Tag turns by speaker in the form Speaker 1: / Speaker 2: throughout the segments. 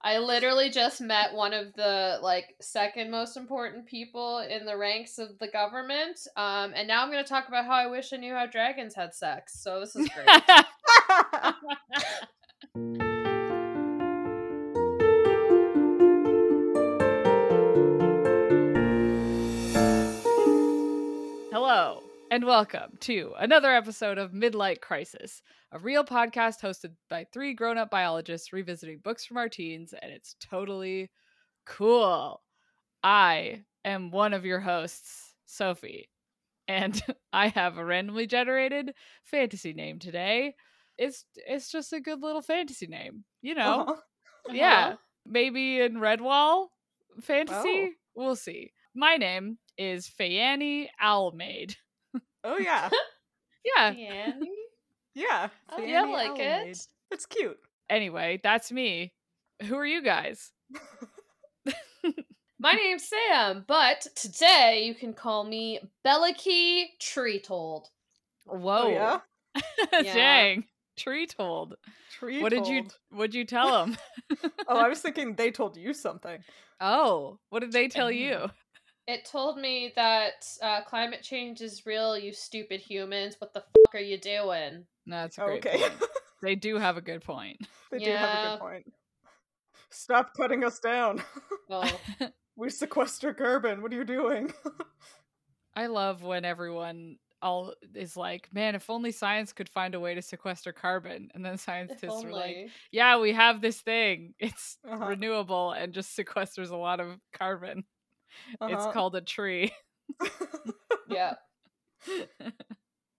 Speaker 1: I literally just met one of the like second most important people in the ranks of the government. Um, and now I'm going to talk about how I wish I knew how dragons had sex. So this is great.
Speaker 2: Hello, and welcome to another episode of Midlight Crisis, a real podcast hosted by three grown up biologists revisiting books from our teens, and it's totally cool. I am one of your hosts, Sophie, and I have a randomly generated fantasy name today. It's it's just a good little fantasy name, you know.
Speaker 3: Uh-huh.
Speaker 2: Yeah. Maybe in Redwall
Speaker 3: Oh.
Speaker 2: fantasy? We'll see. My name is Fayani Almaid.
Speaker 3: Oh yeah.
Speaker 2: Yeah.
Speaker 1: Yeah.
Speaker 3: Yeah.
Speaker 1: Oh,
Speaker 3: Fanny
Speaker 1: yeah, I like
Speaker 3: Allen.
Speaker 1: it.
Speaker 3: It's cute.
Speaker 2: Anyway, that's me. Who are you guys?
Speaker 1: My name's Sam, but today you can call me Bellakey Treetold.
Speaker 2: Whoa.
Speaker 3: Oh, yeah.
Speaker 1: Yeah.
Speaker 2: Dang. Tree told.
Speaker 3: Tree
Speaker 2: What did you
Speaker 3: told-
Speaker 2: what'd you tell them?
Speaker 3: Oh, I was thinking they told you something.
Speaker 2: oh, what did they tell you?
Speaker 1: It told me that uh, climate change is real, you stupid humans. What the fuck are you doing?
Speaker 2: No, that's a
Speaker 3: Oh,
Speaker 2: great
Speaker 3: okay.
Speaker 2: point. They do have a good point.
Speaker 3: they do have a
Speaker 1: Yeah.
Speaker 3: good point. Stop cutting us down.
Speaker 1: Well,
Speaker 3: we sequester Gerben. What are you doing?
Speaker 2: I love when everyone all is like, man, if only science could find a way to sequester carbon. And then
Speaker 1: if
Speaker 2: scientists are like,
Speaker 1: only.
Speaker 2: yeah, we have this thing. It's
Speaker 3: Uh-huh.
Speaker 2: renewable and just sequesters a lot of carbon.
Speaker 3: Uh-huh.
Speaker 2: It's called a tree.
Speaker 1: Yeah.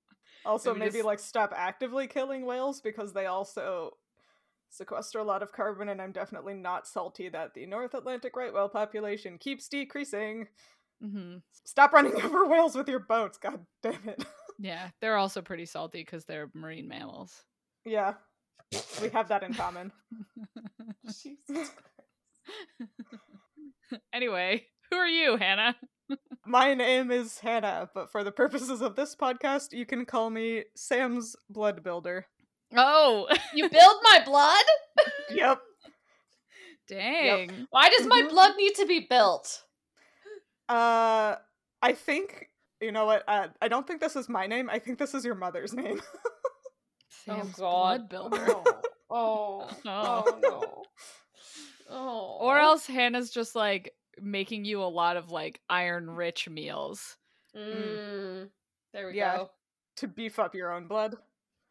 Speaker 3: also,
Speaker 2: we
Speaker 3: maybe
Speaker 2: just-
Speaker 3: like stop actively killing whales because they also sequester a lot of carbon, and I'm definitely not salty that the North Atlantic right whale population keeps decreasing.
Speaker 2: hmm
Speaker 3: Stop running over whales with your boats. God damn it.
Speaker 2: Yeah, they're also pretty salty because they're marine mammals.
Speaker 3: Yeah. We have that in common.
Speaker 2: Anyway, who are you, Hannah?
Speaker 3: My name is Hannah, but for the purposes of this podcast, you can call me Sam's Blood Builder.
Speaker 2: Oh,
Speaker 1: You build my blood?
Speaker 3: Yep.
Speaker 2: dang.
Speaker 1: Why does my
Speaker 2: Mm-hmm.
Speaker 3: Mhm.
Speaker 1: blood need to be built?
Speaker 3: Uh, I think, you know what? Uh, I don't think this is my name. I think this is your mother's name.
Speaker 2: Sam's
Speaker 1: Oh, God.
Speaker 2: blood builder.
Speaker 1: Oh, oh,
Speaker 2: Oh.
Speaker 1: no. Oh.
Speaker 2: or else Hannah's just like making you a lot of like iron rich meals.
Speaker 1: Mm. There we
Speaker 3: Yeah.
Speaker 1: go.
Speaker 3: to beef up your own blood.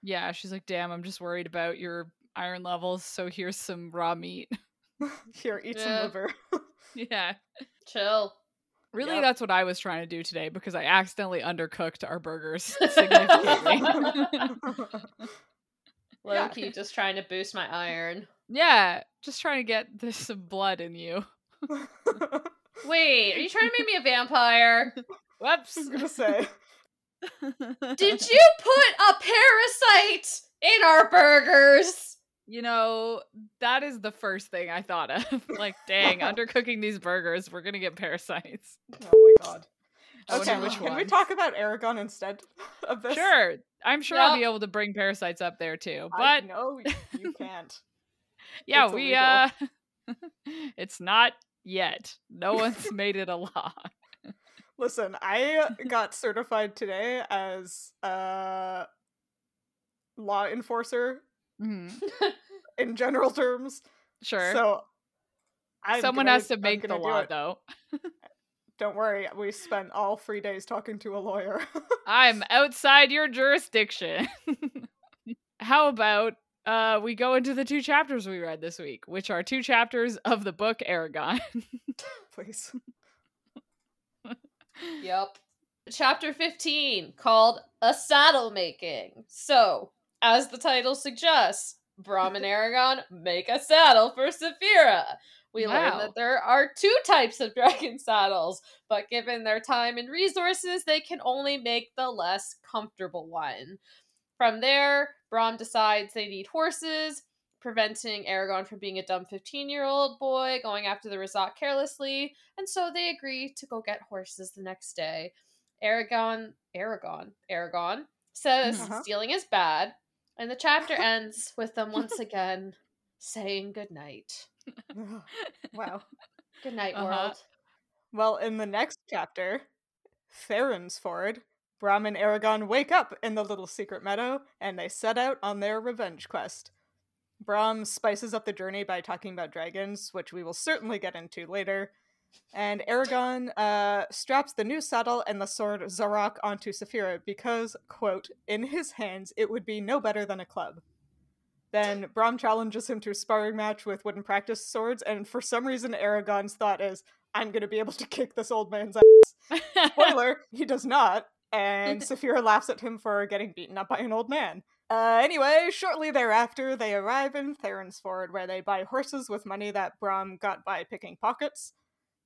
Speaker 2: Yeah, she's like, damn, I'm just worried about your iron levels. So here's some raw meat.
Speaker 3: Here, eat
Speaker 1: Yeah.
Speaker 3: some liver.
Speaker 2: yeah.
Speaker 1: Chill.
Speaker 2: Really,
Speaker 3: Yep.
Speaker 2: that's what I was trying to do today because I accidentally undercooked our burgers significantly.
Speaker 1: Low
Speaker 3: Yeah.
Speaker 1: key, just trying to boost my iron.
Speaker 2: yeah, just trying to get this some blood in you.
Speaker 3: I
Speaker 1: Wait, are you trying to make me a vampire?
Speaker 2: Whoops.
Speaker 3: was gonna say.
Speaker 1: Did you put a parasite in our burgers?
Speaker 2: You know, that is the first thing I thought of. like, dang, undercooking these burgers, we're gonna get parasites.
Speaker 3: Oh my god.
Speaker 2: I wonder
Speaker 3: Okay,
Speaker 2: which
Speaker 3: can we
Speaker 2: ones.
Speaker 3: talk about Aragon instead of this?
Speaker 2: Sure. I'm sure I'll be
Speaker 1: Yep.
Speaker 2: able to bring parasites up there too.
Speaker 3: I-
Speaker 2: But
Speaker 3: no, you can't.
Speaker 2: yeah,
Speaker 3: it's
Speaker 2: we uh it's not yet. No one's made it a law.
Speaker 3: Listen, I got certified today as a law enforcer
Speaker 2: Mhm,
Speaker 3: in general terms.
Speaker 2: Sure.
Speaker 3: Mm-hmm. So I'm
Speaker 2: Someone
Speaker 3: gonna-
Speaker 2: has to
Speaker 3: I'm
Speaker 2: make the
Speaker 3: gonna do
Speaker 2: law
Speaker 3: it.
Speaker 2: though.
Speaker 3: Don't worry, we spent all three days talking to a lawyer.
Speaker 2: I'm outside your jurisdiction. How about uh, we go into the two chapters we read this week, which are two chapters of the book Aragon.
Speaker 3: Please.
Speaker 1: Yep. Chapter 15, called A Saddle Making. So, as the title suggests, Brahm and Aragon make a saddle for Saphira. We learn
Speaker 2: Wow.
Speaker 1: that there are two types of dragon saddles, but given their time and resources, they can only make the less comfortable one. From there, Brahm decides they need horses, preventing Aragon from being a dumb 15 year old boy going after the resort carelessly, and so they agree to go get horses the next day. Aragon, Aragon, Aragon says
Speaker 3: Mhm. Uh-huh.
Speaker 1: stealing is bad, and the chapter ends with them once again saying goodnight.
Speaker 3: wow.
Speaker 1: Good night,
Speaker 2: Uh-huh.
Speaker 1: world.
Speaker 3: Well, in the next chapter, Theron's Ford, Brahm and Aragon wake up in the little secret meadow and they set out on their revenge quest. Brahm spices up the journey by talking about dragons, which we will certainly get into later. And Aragon uh, straps the new saddle and the sword Zarok onto Saphira because, quote, in his hands it would be no better than a club. Then Brahm challenges him to a sparring match with wooden practice swords, and for some reason Aragon's thought is, I'm gonna be able to kick this old man's ass. Spoiler, he does not. And Saphira laughs at him for getting beaten up by an old man. Uh, anyway, shortly thereafter, they arrive in Theron's Ford, where they buy horses with money that Brom got by picking pockets.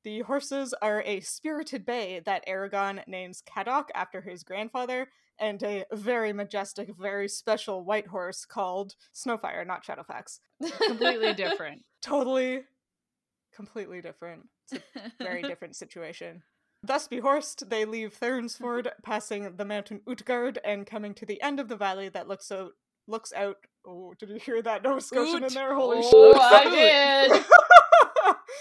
Speaker 3: The horses are a spirited bay that Aragon names Cadoc after his grandfather, and a very majestic, very special white horse called Snowfire, not Shadowfax.
Speaker 2: Completely different.
Speaker 3: Totally, completely different. It's a very different situation. Thus behorsed, they leave Thernsford, passing the mountain Utgard, and coming to the end of the valley that looks out. Looks out. Oh, did you hear that Nova
Speaker 2: Oot.
Speaker 3: Scotian in there? Holy
Speaker 1: oh,
Speaker 2: I
Speaker 1: I did.
Speaker 3: shit!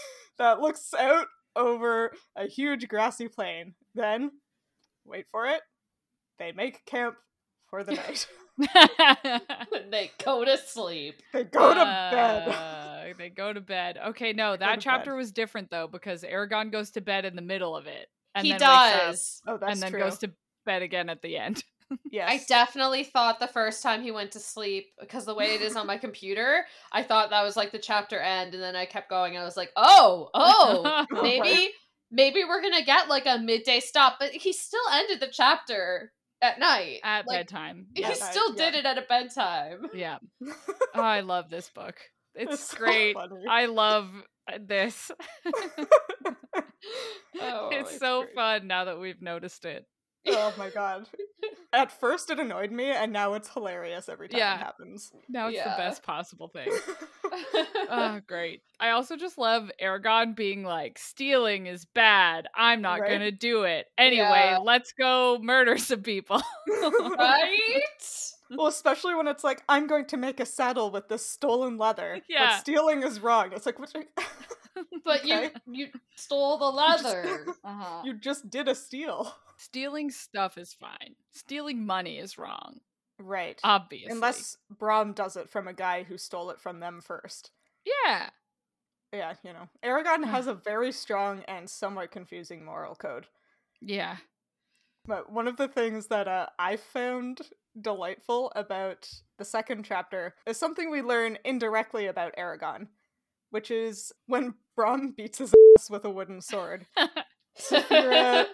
Speaker 3: that looks out over a huge grassy plain. Then, wait for it. They make camp for the night.
Speaker 1: they go to sleep.
Speaker 3: they go to bed.
Speaker 2: Uh, they go to bed. Okay, no,
Speaker 3: They go
Speaker 2: that
Speaker 3: to
Speaker 2: chapter
Speaker 3: bed.
Speaker 2: was different though because Aragon goes to bed in the middle of it. And
Speaker 1: he
Speaker 2: then wakes up,
Speaker 1: does.
Speaker 3: Oh, that's
Speaker 2: and then
Speaker 3: true.
Speaker 2: goes to bed again at the end.
Speaker 3: yes.
Speaker 1: I definitely thought the first time he went to sleep because the way it is on my computer, I thought that was like the chapter end, and then I kept going. And I was like, oh, oh, maybe, maybe we're gonna get like a midday stop. But he still ended the chapter at night.
Speaker 2: at
Speaker 1: like,
Speaker 2: bedtime.
Speaker 1: He
Speaker 3: Yeah,
Speaker 2: Yes.
Speaker 3: that-
Speaker 1: still
Speaker 3: yeah.
Speaker 1: did it at a bedtime.
Speaker 2: Yeah. Oh, I love this book. It's,
Speaker 3: so
Speaker 2: great.
Speaker 3: funny.
Speaker 2: I love uh, this.
Speaker 1: Oh,
Speaker 2: it's so
Speaker 1: great.
Speaker 2: fun now that we've noticed it.
Speaker 3: oh my god. At first it annoyed me and now it's hilarious every time
Speaker 2: Yeah.
Speaker 3: it happens.
Speaker 2: Now it's
Speaker 1: Yeah.
Speaker 2: the best possible thing. oh, great. I also just love Aragon being like, stealing is bad. I'm not
Speaker 3: Right?
Speaker 2: going to do it. Anyway,
Speaker 1: Yeah.
Speaker 2: let's go murder some people.
Speaker 1: right?
Speaker 3: well, especially when it's like I'm going to make a saddle with this stolen leather. but
Speaker 2: Yeah.
Speaker 3: stealing is wrong. It's like what you,
Speaker 1: But
Speaker 3: Okay.
Speaker 1: you you stole the leather.
Speaker 2: Uh-huh.
Speaker 3: you just did a steal.
Speaker 2: Stealing stuff is fine. Stealing money is wrong,
Speaker 3: Right.
Speaker 2: obviously.
Speaker 3: Unless Brahm does it from a guy who stole it from them first.
Speaker 2: Yeah.
Speaker 3: Yeah, you know. Aragon has a very strong and somewhat confusing moral code.
Speaker 2: Yeah.
Speaker 3: But one of the things that uh, I found delightful about the second chapter is something we learn indirectly about Aragon, which is when Brom beats his ass with a wooden sword, Saphira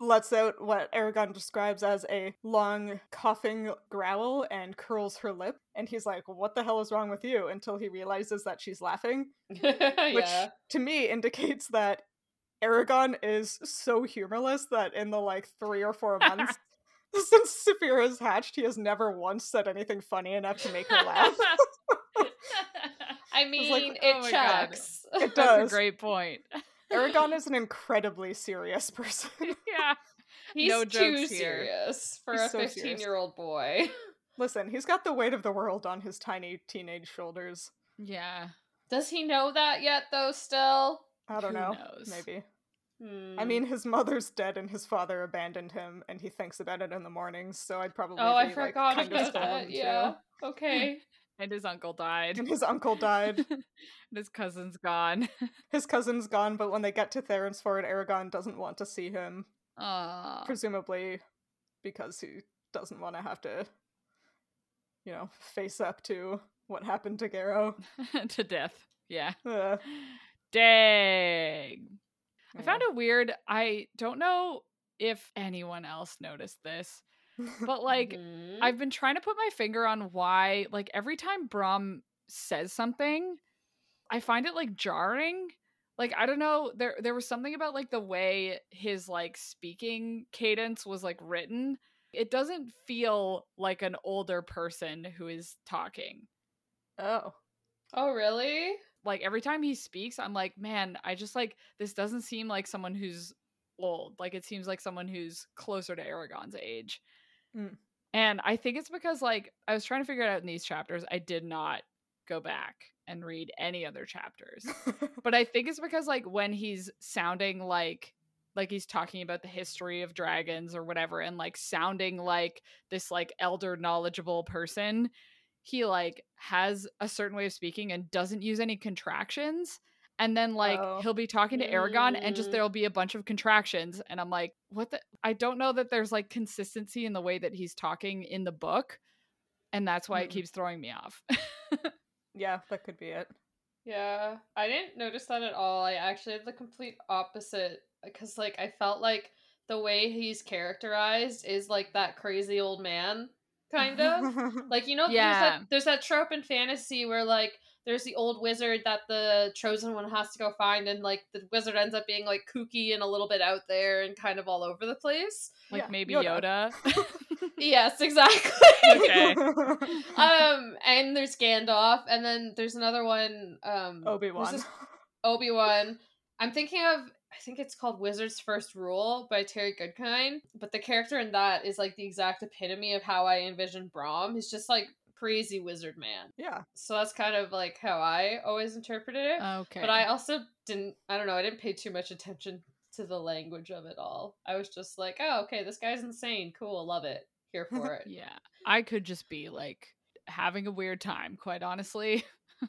Speaker 3: lets out what Aragon describes as a long coughing growl and curls her lip. And he's like, What the hell is wrong with you? until he realizes that she's laughing which
Speaker 1: yeah.
Speaker 3: to me indicates that Aragon is so humorless that in the like three or four months since Saphira's hatched, he has never once said anything funny enough to make her laugh.
Speaker 1: I mean,
Speaker 3: like,
Speaker 2: oh
Speaker 1: it
Speaker 2: my God.
Speaker 1: checks.
Speaker 3: It
Speaker 2: That's a
Speaker 3: does.
Speaker 2: great point.
Speaker 3: Aragon is an incredibly serious person.
Speaker 2: yeah.
Speaker 1: He's
Speaker 2: No
Speaker 1: too
Speaker 2: jokes here.
Speaker 1: serious for
Speaker 3: He's
Speaker 1: a
Speaker 3: so serious.
Speaker 1: 15 year old boy.
Speaker 3: Listen, he's got the weight of the world on his tiny teenage shoulders.
Speaker 2: Yeah.
Speaker 1: Does he know that yet, though, still?
Speaker 3: I don't
Speaker 2: Who
Speaker 3: know.
Speaker 2: knows?
Speaker 3: Maybe. I
Speaker 1: Hmm.
Speaker 3: mean, his mother's dead and his father abandoned him, and he thinks about it in the mornings, so I'd probably.
Speaker 1: oh, I
Speaker 3: be, like,
Speaker 1: forgot
Speaker 3: kind of
Speaker 1: about
Speaker 3: stoned,
Speaker 1: that. Yeah. Okay.
Speaker 2: And his uncle died.
Speaker 3: And his uncle died.
Speaker 2: and his cousin's gone.
Speaker 3: His cousin's gone, but when they get to Theron's Ford, Aragon doesn't want to see him,
Speaker 1: Ah.
Speaker 2: Aw.
Speaker 3: presumably because he doesn't want to have to, you know, face up to what happened to Garrow.
Speaker 2: to death. Yeah.
Speaker 3: Uh,
Speaker 2: Dang. I
Speaker 3: yeah.
Speaker 2: found it weird. I don't know if anyone else noticed this, but like
Speaker 3: Hmm.
Speaker 1: Mhm.
Speaker 2: I've been trying to put my finger on why, like, every time Brom says something, I find it like jarring. Like, I don't know, there there was something about like the way his like speaking cadence was like written. It doesn't feel like an older person who is talking.
Speaker 3: oh,
Speaker 1: oh, really?
Speaker 2: Like every time he speaks, I'm like, man, I just like this doesn't seem like someone who's old. Like it seems like someone who's closer to Aragon's age.
Speaker 3: Mm.
Speaker 2: And I think it's because like I was trying to figure it out in these chapters. I did not go back and read any other chapters. but I think it's because like when he's sounding like like he's talking about the history of dragons or whatever and like sounding like this like elder knowledgeable person, he like has a certain way of speaking and doesn't use any contractions. And then like
Speaker 3: Oh.
Speaker 2: he'll be talking to Aragon and just
Speaker 1: Mm.
Speaker 2: there'll be a bunch of contractions and I'm like, what the I don't know that there's like consistency in the way that he's talking in the book. And that's why it
Speaker 3: Mm.
Speaker 2: keeps throwing me off.
Speaker 3: yeah, that could be it.
Speaker 1: Yeah, I didn't notice that at all. I actually had the complete opposite because, like, I felt like the way he's characterized is like that crazy old man, kind of. like, you know,
Speaker 2: Yeah.
Speaker 1: there's, that, there's that trope in fantasy where, like, there's the old wizard that the chosen one has to go find, and, like, the wizard ends up being, like, kooky and a little bit out there and kind of all over the place.
Speaker 2: like
Speaker 3: Yeah,
Speaker 2: maybe
Speaker 3: Yoda.
Speaker 2: Yoda.
Speaker 1: yes, exactly.
Speaker 2: Okay.
Speaker 1: Um, and there's Gandalf, and then there's another one. Um,
Speaker 3: Obi
Speaker 1: there's
Speaker 3: Wan.
Speaker 1: this Obi Wan. I'm thinking of I think it's called Wizard's First Rule by Terry Goodkind, but the character in that is like the exact epitome of how I envision Brom. He's just like crazy wizard man.
Speaker 3: Yeah.
Speaker 1: So that's kind of like how I always interpreted it.
Speaker 2: okay.
Speaker 1: But I also didn't I don't know, I didn't pay too much attention to the language of it all. I was just like, oh okay, this guy's insane. Cool, love it. Here for it.
Speaker 2: yeah, I could just be like having a weird time, quite honestly.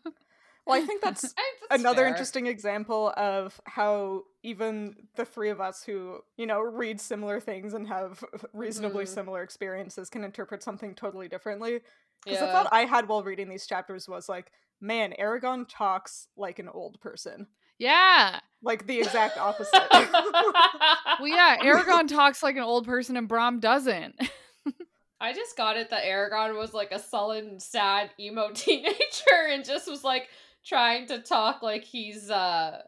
Speaker 3: Well, I think that's
Speaker 1: I- that's
Speaker 3: another
Speaker 1: fair.
Speaker 3: interesting example of how even the three of us who you know read similar things and have reasonably
Speaker 1: Mhm.
Speaker 3: similar experiences can interpret something totally differently because the
Speaker 1: yeah.
Speaker 3: thought i had while reading these chapters was like man aragon talks like an old person
Speaker 2: Yeah.
Speaker 3: like the exact opposite
Speaker 2: Well, yeah, Aragon talks like an old person and Brom doesn't.
Speaker 1: I just got it that Aragon was like a sullen, sad, emo teenager and just was like trying to talk like he's uh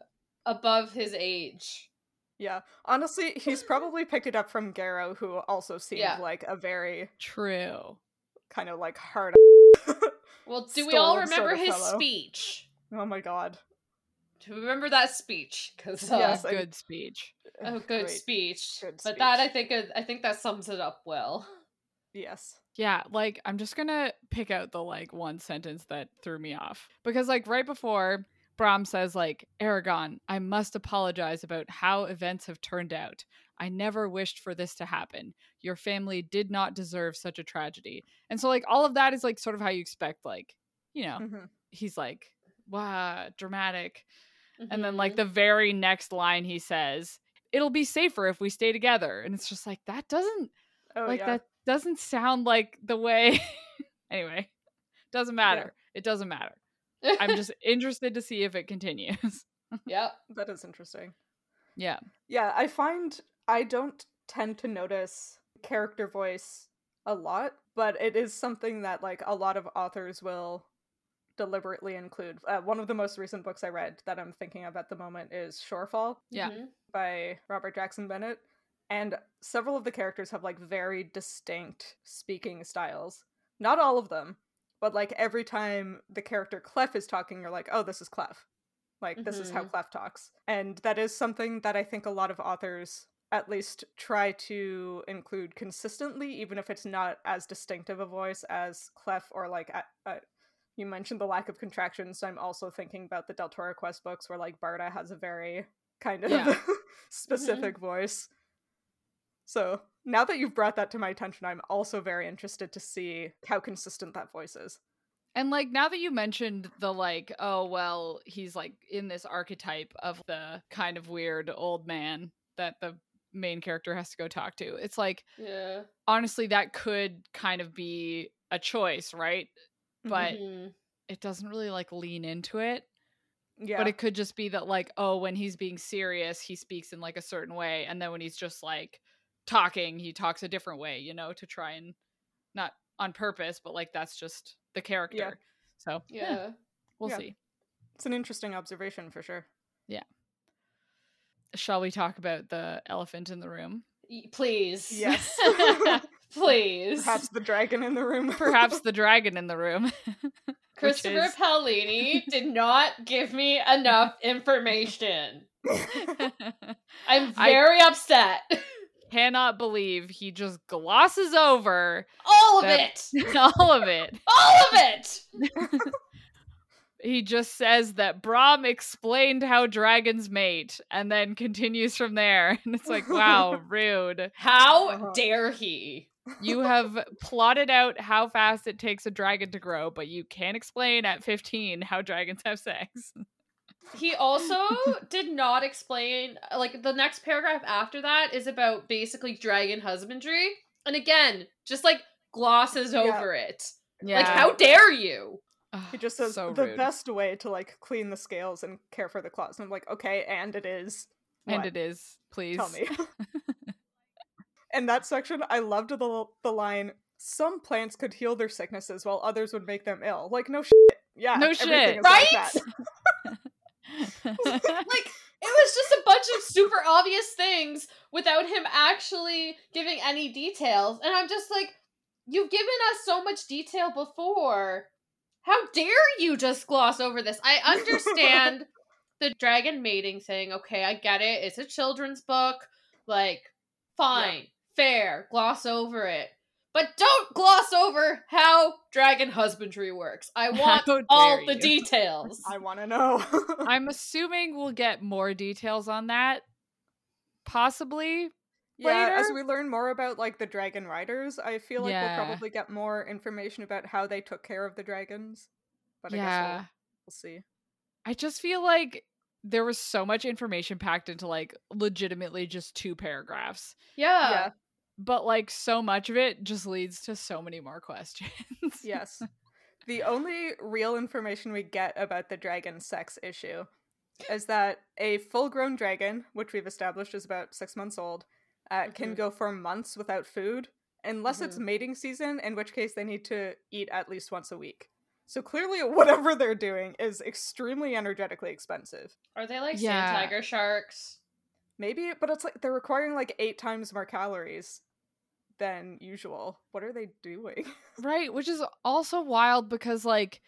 Speaker 1: above his age.
Speaker 3: yeah honestly he's probably picked it up from garrow who also seemed
Speaker 1: Yeah.
Speaker 3: like a very
Speaker 2: True.
Speaker 3: kind of like hard
Speaker 1: Well, do we all
Speaker 3: Stolid sort
Speaker 1: remember
Speaker 3: of
Speaker 1: his
Speaker 3: fellow.
Speaker 1: speech?
Speaker 3: oh my god
Speaker 1: Do we remember that speech? Because uh,
Speaker 3: Yes, I-
Speaker 2: Good speech.
Speaker 1: oh, good
Speaker 3: Great.
Speaker 1: speech.
Speaker 3: Good
Speaker 1: But that I
Speaker 3: speech.
Speaker 1: think is- I think that sums it up well.
Speaker 3: yes
Speaker 2: Yeah, like I'm just gonna pick out the like one sentence that threw me off because like right before Brom says like Aragon, I must apologize about how events have turned out. I never wished for this to happen. Your family did not deserve such a tragedy. And so like all of that is like sort of how you expect like, you
Speaker 1: Oh.
Speaker 2: know,
Speaker 3: Mhm.
Speaker 2: he's like, wow, dramatic. And then
Speaker 3: Mm-hmm.
Speaker 2: like the very next line he says, it'll be safer if we stay together. And it's just like that doesn't
Speaker 3: oh
Speaker 2: like
Speaker 3: yeah
Speaker 2: that doesn't sound like the way anyway doesn't matter it doesn't matter
Speaker 1: Mm-hmm.
Speaker 2: i'm just interested to see if it continues
Speaker 1: yep.
Speaker 3: that is interesting
Speaker 2: yeah
Speaker 3: Yeah, I find I don't tend to notice character voice a lot, but it is something that like a lot of authors will deliberately include. Uh, one of the most recent books I read that I'm thinking of at the moment is Shorefall
Speaker 2: Yeah.
Speaker 1: Mhm.
Speaker 3: by Robert Jackson Bennett, and several of the characters have like very distinct speaking styles. Not all of them, but like every time the character Clef is talking, you're like, "Oh, this is Clef." Like this is how
Speaker 1: Mhm.
Speaker 3: Clef talks. And that is something that I think a lot of authors at least try to include consistently even if it's not as distinctive a voice as Clef or like a a- you mentioned the lack of contractions, so I'm also thinking about the Del Toro Quest books where like Barda has a very kind of
Speaker 2: Yeah.
Speaker 3: specific voice. So now that you've brought that to my attention, I'm also very interested to see how consistent that voice is.
Speaker 2: and like now that you mentioned the like oh well he's like in this archetype of the kind of weird old man that the main character has to go talk to it's like
Speaker 1: Yeah.
Speaker 2: honestly that could kind of be a choice right but
Speaker 1: Mhm.
Speaker 2: it doesn't really like lean into it
Speaker 3: yeah,
Speaker 2: But it could just be that, like, oh, when he's being serious, he speaks in like a certain way. And then when he's just like talking, he talks a different way, you know, to try and not on purpose, but like that's just the character. So, yeah,
Speaker 1: yeah.
Speaker 2: we'll
Speaker 3: Yeah.
Speaker 2: see.
Speaker 3: it's an interesting observation for sure.
Speaker 2: Shall we talk about the elephant in the room?
Speaker 1: Y- Please.
Speaker 3: Yes.
Speaker 1: Please.
Speaker 3: Perhaps the dragon in the room.
Speaker 2: Perhaps the dragon in the room.
Speaker 1: Christopher
Speaker 2: is-
Speaker 1: Paolini did not give me enough information. I'm
Speaker 2: I-
Speaker 1: very upset.
Speaker 2: Cannot believe he just glosses over
Speaker 1: All of
Speaker 2: That-
Speaker 1: it.
Speaker 2: all of it.
Speaker 1: All of it.
Speaker 2: he just says that Brahm explained how dragons mate and then continues from there. And it's like, wow, rude.
Speaker 1: How
Speaker 3: Uh-huh.
Speaker 1: dare he?
Speaker 2: You have plotted out how fast it takes a dragon to grow, but you can't explain at 15 how dragons have sex.
Speaker 1: He also did not explain, like, the next paragraph after that is about basically dragon husbandry. And again, just like glosses
Speaker 3: Yeah.
Speaker 1: over it. Like, how dare you?
Speaker 2: Ugh,
Speaker 3: He just says
Speaker 2: so
Speaker 3: the
Speaker 2: rude.
Speaker 3: best way to like clean the scales and care for the claws. And I'm like, okay, and it is.
Speaker 2: And
Speaker 3: what?
Speaker 2: it is, please.
Speaker 3: Tell me. and that section, I loved the the line. Some plants could heal their sicknesses, while others would make them ill. Like no shit. Yeah.
Speaker 2: No
Speaker 3: everything
Speaker 2: shit.
Speaker 3: is like
Speaker 1: Right?
Speaker 3: that.
Speaker 1: Like, it was just a bunch of super obvious things without him actually giving any details. And I'm just like, you've given us so much detail before. How dare you just gloss over this? I understand the dragon mating thing. Okay, I get it. It's a children's book. Like, fine, fair, gloss over it. But don't gloss over how dragon husbandry works. I want
Speaker 2: How
Speaker 1: all
Speaker 2: dare
Speaker 1: the
Speaker 2: you.
Speaker 1: details.
Speaker 3: I want to know.
Speaker 2: I'm assuming we'll get more details on that. Possibly.
Speaker 3: yeah, as
Speaker 2: later?
Speaker 3: we learn more about like the dragon riders, I feel like
Speaker 2: Yeah.
Speaker 3: we'll probably get more information about how they took care of the dragons. But I guess
Speaker 2: yeah.
Speaker 3: we'll, we'll see.
Speaker 2: I just feel like there was so much information packed into like legitimately just two paragraphs.
Speaker 1: yeah.
Speaker 2: But like so much of it just leads to so many more questions.
Speaker 3: Yes. the only real information we get about the dragon sex issue is that a full grown dragon, which we've established is about six months old, uh, can
Speaker 1: Mhm.
Speaker 3: go for months without food, unless it's mating season, in which case they need to eat at least once a week. So clearly, whatever they're doing is extrememly energetically expensive.
Speaker 1: Are they like
Speaker 2: Yeah.
Speaker 1: sand tiger sharks?
Speaker 3: Maybe, but it's like they're requiring like eight times more calories than usual. What are they doing?
Speaker 2: right, which is also wild because like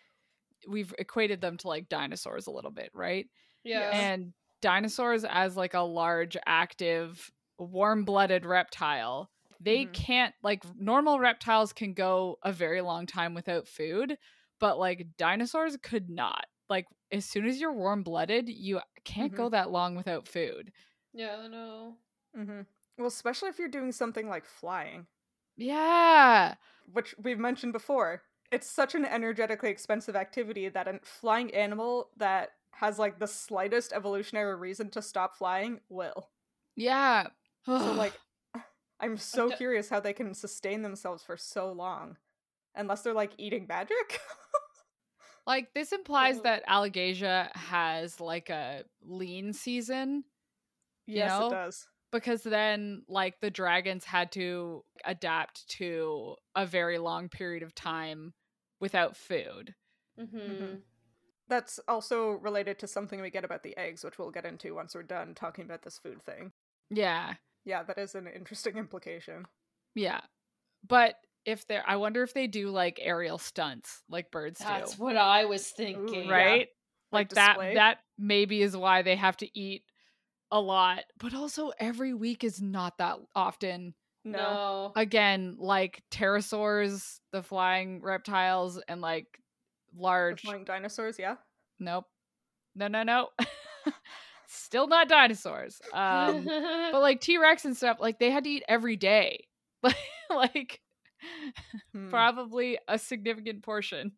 Speaker 2: we've equated them to like dinosaurs a little bit, right?
Speaker 1: Yeah.
Speaker 3: Yes.
Speaker 2: And dinosaurs as like a large active warm-blooded reptile, they
Speaker 3: Mhm.
Speaker 2: can't like normal reptiles can go a very long time without food, but like dinosaurs could not. Like as soon as you're warm-blooded, you can't go that long without food.
Speaker 1: yeah, I know.
Speaker 3: Mm-hmm. Well, especially if you're doing something like flying.
Speaker 2: Yeah.
Speaker 3: which we've mentioned before. It's such an energetically expensive activity that a flying animal that has like the slightest evolutionary reason to stop flying will.
Speaker 2: Yeah.
Speaker 3: So like I'm so
Speaker 1: d-
Speaker 3: curious how they can sustain themselves for so long unless they're like eating magic.
Speaker 2: Like this implies
Speaker 1: Mhm.
Speaker 2: that Allegasia has like a lean season You
Speaker 3: yes,
Speaker 2: know?
Speaker 3: it does.
Speaker 2: because then like the dragons had to adapt to a very long period of time without food.
Speaker 1: Mm-hmm.
Speaker 3: Mhm. That's also related to something we get about the eggs, which we'll get into once we're done talking about this food thing.
Speaker 2: Yeah.
Speaker 3: Yeah, that is an interesting implication.
Speaker 2: Yeah. But if they're I wonder if they do like aerial stunts like birds
Speaker 1: That's
Speaker 2: do.
Speaker 1: what I was thinking.
Speaker 3: yeah.
Speaker 2: Right?
Speaker 3: Like
Speaker 2: Like, that
Speaker 3: display.
Speaker 2: that maybe is why they have to eat a lot. But also every week is not that often.
Speaker 3: no.
Speaker 1: No.
Speaker 2: Again, like pterosaurs, the flying reptiles, and like
Speaker 3: The
Speaker 2: large
Speaker 3: flying dinosaurs, yeah.
Speaker 2: Nope. No, no, no. Still not dinosaurs. Um, but like T Rex and stuff, like they had to eat every day. like
Speaker 3: Hmm.
Speaker 2: probably a significant portion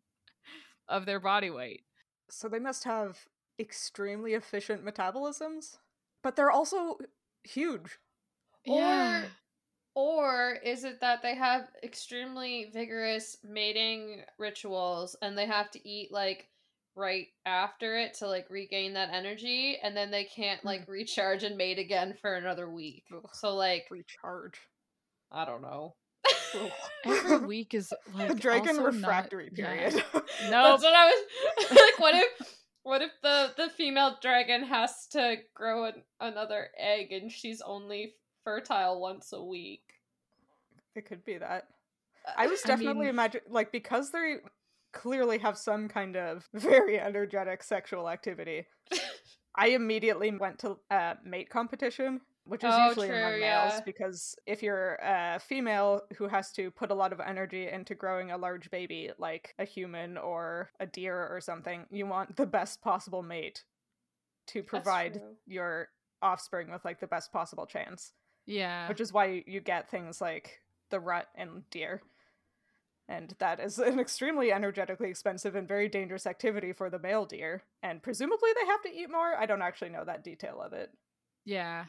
Speaker 2: of their body weight.
Speaker 3: So they must have extremely efficient metabolisms, but they're also huge.
Speaker 2: yeah.
Speaker 1: or is it that they have extremely vigorous mating rituals and they have to eat like right after it to like regain that energy and then they
Speaker 2: Hmm.
Speaker 1: can't like recharge and mate again for another week.
Speaker 3: Ugh.
Speaker 1: So like
Speaker 3: Recharge.
Speaker 1: I don't know.
Speaker 3: Ugh.
Speaker 2: Every week is like
Speaker 3: the dragon
Speaker 2: also not-
Speaker 3: refractory
Speaker 2: yeah.
Speaker 3: period.
Speaker 2: No,
Speaker 1: That's what Oh, I was like. What if, what if the the female dragon has to grow an, another egg and she's only fertile once a week? Uh,
Speaker 3: it could be that. I was
Speaker 2: I
Speaker 3: definitely
Speaker 2: mean-
Speaker 3: imagine like because they clearly have some kind of very energetic sexual activity. I immediately went to uh, mate competition which is
Speaker 1: Oh,
Speaker 3: usually
Speaker 1: true,
Speaker 3: among
Speaker 1: yeah.
Speaker 3: males because if you're a female who has to put a lot of energy into growing a large baby, like a human or a deer or something, you want the best possible mate to provide
Speaker 1: true.
Speaker 3: your offspring with like the best possible chance,
Speaker 2: Yeah.
Speaker 3: which is why you- you get things like the rut and deer. And that is an extremely energetically expensive and very dangerous activity for the male deer. And presumably they have to eat more. I don't actually know that detail of it.
Speaker 2: yeah.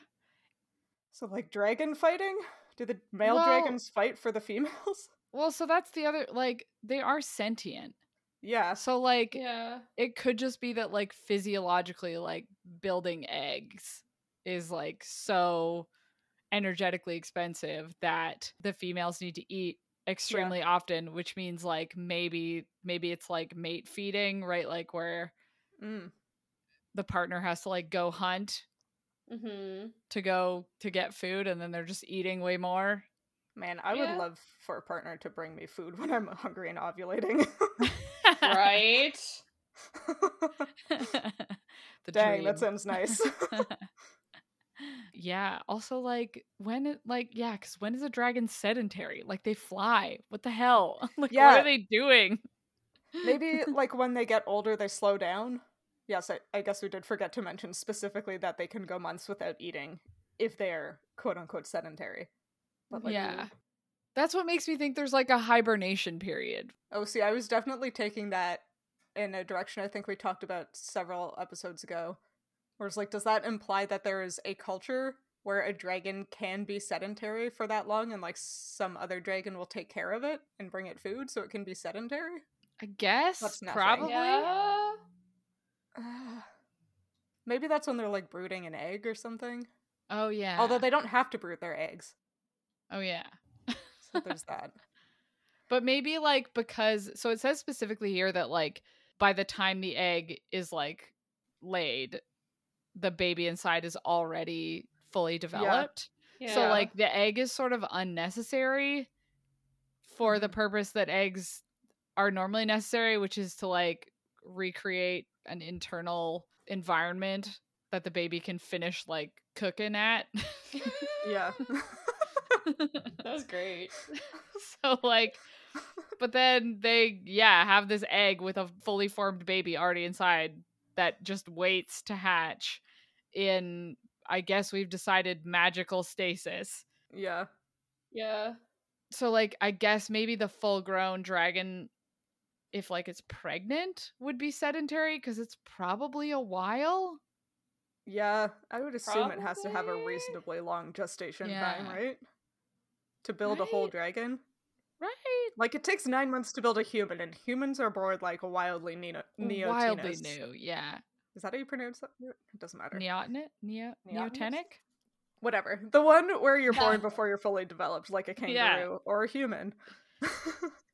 Speaker 3: So like dragon fighting? Do the male
Speaker 2: Well-
Speaker 3: dragons fight for the females?
Speaker 2: Well, so that's the other like they are sentient.
Speaker 3: yeah.
Speaker 2: So like
Speaker 1: Yeah.
Speaker 2: it could just be that like physiologically like building eggs is like so energetically expensive that the females need to eat extremely often which means like maybe maybe it's like mate feeding right like where
Speaker 3: Mm.
Speaker 2: the partner has to like go hunt
Speaker 1: Mm-hmm.
Speaker 2: to go to get food and then they're just eating way more
Speaker 3: Man, I
Speaker 1: Yeah.
Speaker 3: would love for a partner to bring me food when I'm hungry and ovulating.
Speaker 1: Right.
Speaker 2: the
Speaker 3: Dang,
Speaker 2: dream.
Speaker 3: that sounds nice.
Speaker 2: yeah. Also, like when, it- like yeah, because when is a dragon sedentary? Like they fly. What the hell? like what
Speaker 3: Yeah.
Speaker 2: are they doing?
Speaker 3: Maybe like when they get older they slow down. Yes, I, I guess we did forget to mention specifically that they can go months without eating if they're quote unquote sedentary. But like
Speaker 2: yeah. That's what makes me think there's like a hibernation period.
Speaker 3: Oh, see, I was definitely taking that in a direction I think we talked about several episodes ago. Where it's like, does that imply that there is a culture where a dragon can be sedentary for that long and like some other dragon will take care of it and bring it food so it can be sedentary?
Speaker 2: I guess
Speaker 3: That's nothing.
Speaker 2: probably.
Speaker 1: Yeah.
Speaker 3: Maybe that's when they're like brooding an egg or something.
Speaker 2: Oh yeah.
Speaker 3: Although they don't have to brood their eggs.
Speaker 2: Oh yeah.
Speaker 3: So there's that.
Speaker 2: But maybe like because so it says specifically here that like by the time the egg is like laid, the baby inside is already fully developed.
Speaker 1: yeah.
Speaker 2: So like the egg is sort of unnecessary for the
Speaker 3: Mhm.
Speaker 2: purpose that eggs are normally necessary, which is to like recreate an internal environment that the baby can finish like cooking at.
Speaker 3: Yeah.
Speaker 1: that's great.
Speaker 2: so like but then they yeah, have this egg with a fully formed baby already inside that just waits to hatch in I guess we've decided magical stasis.
Speaker 3: yeah.
Speaker 1: Yeah.
Speaker 2: so like i guess maybe the full grown dragon if like it's pregnant would be sedentary because it's probably a while
Speaker 3: Yeah, I would assume it has to have a
Speaker 1: Probably.
Speaker 3: reasonably long gestation time,
Speaker 2: Yeah.
Speaker 3: right? To build a whole
Speaker 2: Right?
Speaker 3: dragon.
Speaker 2: right
Speaker 3: Like it takes nine months to build a human, and humans are born like wildly neo neotenous.
Speaker 2: wildly new yeah
Speaker 3: Is that how you pronounce that? It doesn't matter.
Speaker 2: neotenate neo
Speaker 3: Neotenous?
Speaker 2: neotenic
Speaker 3: Whatever. The one where you're
Speaker 1: Yeah.
Speaker 3: born before you're fully developed, like a kangaroo
Speaker 2: Yeah.
Speaker 3: or a human.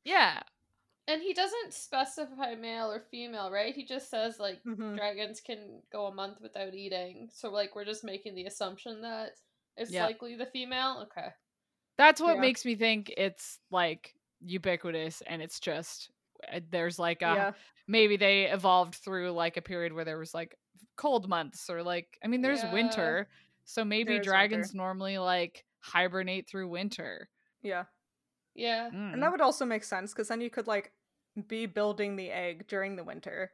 Speaker 2: yeah
Speaker 1: And he doesn't specify male or female, right? He just says like
Speaker 3: Mhm.
Speaker 1: dragons can go a month without eating. So like we're just making the assumption that it's
Speaker 2: Yeah.
Speaker 1: likely the female. Okay.
Speaker 2: that's what
Speaker 3: Yeah.
Speaker 2: makes me think it's like ubiquitous and it's just uh, there's like a
Speaker 3: Yeah.
Speaker 2: maybe they evolved through like a period where there was like cold months or like I mean there's
Speaker 1: Yeah.
Speaker 2: winter, so maybe
Speaker 3: There is
Speaker 2: dragons normally like hibernate through winter.
Speaker 3: Yeah.
Speaker 1: Yeah.
Speaker 3: And
Speaker 2: Mm.
Speaker 3: that would also make sense because then you could like be building the egg during the winter.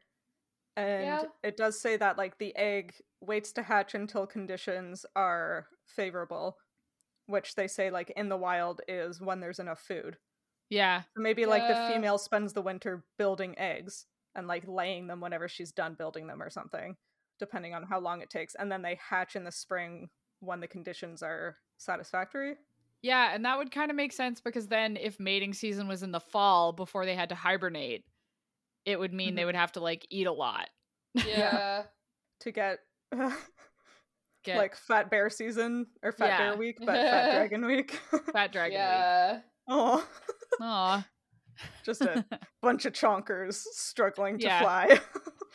Speaker 3: And
Speaker 1: Yeah.
Speaker 3: it does say that like the egg waits to hatch until conditions are favorable, which they say like in the wild is when there's enough food.
Speaker 2: yeah.
Speaker 3: So maybe like the
Speaker 1: Yeah.
Speaker 3: female spends the winter building eggs and like laying them whenever she's done building them or something, depending on how long it takes. And then they hatch in the spring when the conditions are satisfactory.
Speaker 2: Yeah, and that would kind of make sense because then if mating season was in the fall before they had to hibernate, it would mean they
Speaker 3: Mhm.
Speaker 2: would have to like eat a lot.
Speaker 1: Yeah.
Speaker 3: to get
Speaker 2: Get
Speaker 3: like fat bear season or fat
Speaker 2: Yeah.
Speaker 3: bear week, but fat dragon week.
Speaker 2: fat dragon. Yeah.
Speaker 1: yeah.
Speaker 3: oh,
Speaker 2: Aw.
Speaker 3: just a bunch of chonkers struggling to
Speaker 2: Yeah.
Speaker 3: fly.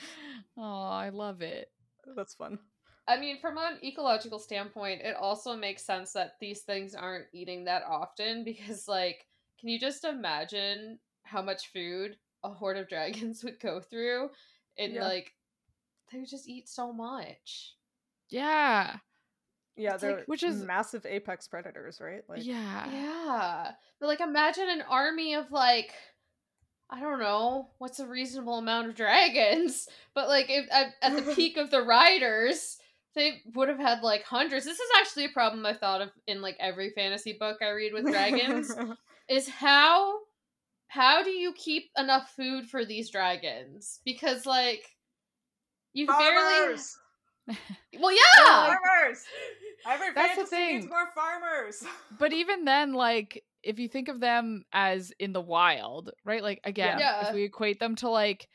Speaker 2: Aw, I love it.
Speaker 3: That's fun.
Speaker 1: I mean, from an ecological standpoint, it also makes sense that these things aren't eating that often because, like, can you just imagine how much food a horde of dragons would go through? And,
Speaker 3: Yeah.
Speaker 1: like, they would just eat so much.
Speaker 2: Yeah.
Speaker 3: Yeah,
Speaker 1: It's
Speaker 3: they're
Speaker 1: like-
Speaker 2: which is-
Speaker 3: massive apex predators, right? Like
Speaker 2: yeah.
Speaker 1: Yeah. But like imagine an army of like I don't know, what's a reasonable amount of dragons, but like if at, at the peak of the riders, they would have had like hundreds. This is actually a problem I thought of in like every fantasy book I read with dragons is how how do you keep enough food for these dragons? Because like you barely
Speaker 3: farmers,
Speaker 1: Well, yeah.
Speaker 3: farmers. Every
Speaker 2: That's the
Speaker 3: fantasy needs
Speaker 2: thing.
Speaker 3: more farmers.
Speaker 2: But even then, like, if you think of them as in the wild, right? Like, again,
Speaker 1: Yeah.
Speaker 2: if we equate them to like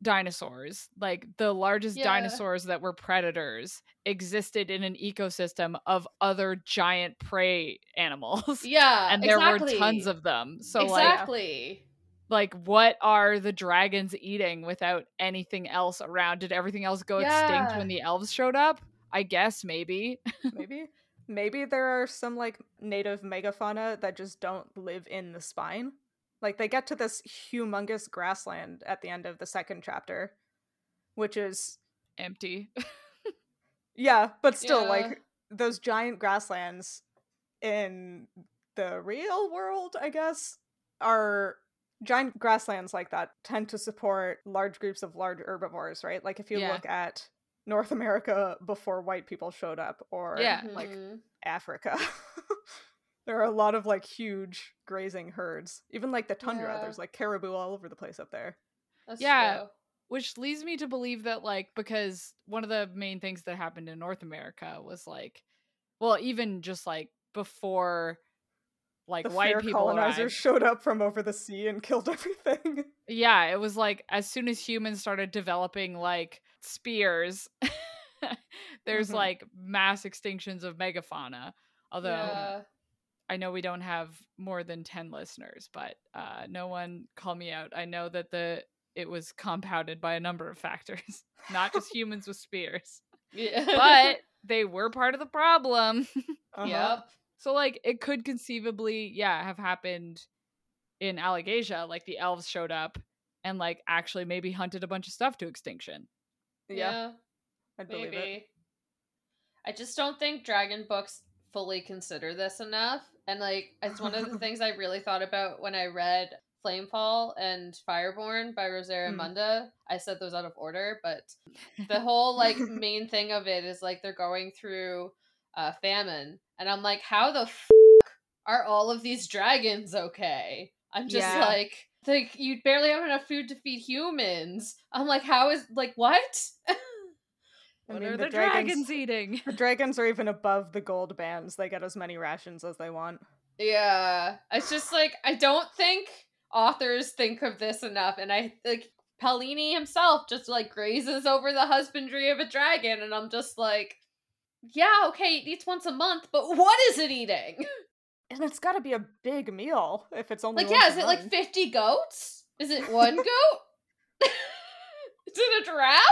Speaker 2: dinosaurs, like the largest
Speaker 1: Yeah.
Speaker 2: dinosaurs that were predators existed in an ecosystem of other giant prey animals.
Speaker 1: Yeah.
Speaker 2: and there were
Speaker 1: Uh, exactly.
Speaker 2: tons of them. So, like,
Speaker 1: Exactly.
Speaker 2: like what are the dragons eating without anything else around did everything else go extinct
Speaker 1: Yeah.
Speaker 2: when the elves showed up i guess maybe
Speaker 3: maybe maybe there are some like native megafauna that just don't live in the spine like they get to this humongous grassland at the end of the second chapter which is
Speaker 2: empty
Speaker 3: yeah but still
Speaker 1: Yeah.
Speaker 3: like those giant grasslands in the real world i guess are giant grasslands like that tend to support large groups of large herbivores right like if you
Speaker 2: Yeah.
Speaker 3: look at north america before white people showed up or
Speaker 2: Yeah.
Speaker 3: like
Speaker 1: Mhm.
Speaker 3: Africa. there are a lot of like huge grazing herds. Even like the tundra,
Speaker 1: Yeah.
Speaker 3: there's like caribou all over the place up there.
Speaker 1: That's
Speaker 2: Yeah.
Speaker 1: true.
Speaker 2: which leads me to believe that like because one of the main things that happened in north america was like well even just like before like
Speaker 3: the
Speaker 2: white
Speaker 3: fair
Speaker 2: people
Speaker 3: colonizers
Speaker 2: arrived,
Speaker 3: showed up from over the sea and killed everything.
Speaker 2: yeah it was like as soon as humans started developing like spears there's
Speaker 3: Mhm.
Speaker 2: like mass extinctions of megafauna although
Speaker 1: Yeah.
Speaker 2: I know we don't have more than 10 listeners, but uh, no one call me out. I know that the it was compounded by a number of factors, not just humans with spears,
Speaker 1: Yeah.
Speaker 2: but they were part of the problem.
Speaker 3: Uh-huh.
Speaker 1: yep.
Speaker 2: So like it could conceivably, yeah, have happened in Allegasia, like the elves showed up and like actually maybe hunted a bunch of stuff to extinction.
Speaker 1: Yeah.
Speaker 3: Yeah, i I believe it.
Speaker 1: maybe. I just don't think dragon books fully consider this enough. And like it's one of the things I really thought about when I read Flamefall and Fireborn by Rosaria
Speaker 3: Mm.
Speaker 1: Munda. I said those out of order, but the whole like main thing of it is like they're going through uh famine. And I'm like, how the f- are all of these dragons okay? I'm just
Speaker 2: Yeah.
Speaker 1: like like you barely have enough food to feed humans. I'm like, how is like what?
Speaker 3: I
Speaker 2: what
Speaker 3: mean,
Speaker 2: are the, dragons e eating?
Speaker 3: The dragons are even above the gold bands. They get as many rations as they want.
Speaker 1: Yeah. It's just like I don't think authors think of this enough and I like Pellini himself just like grazes over the husbandry of a dragon and I'm just like yeah, okay, it eats once a month, but what is it eating?
Speaker 3: And it's got to be a big meal if it's only
Speaker 1: Like
Speaker 3: once
Speaker 1: yeah,
Speaker 3: a
Speaker 1: is it like
Speaker 3: month.
Speaker 1: 50 goats? Is it one goat? is it a giraffe?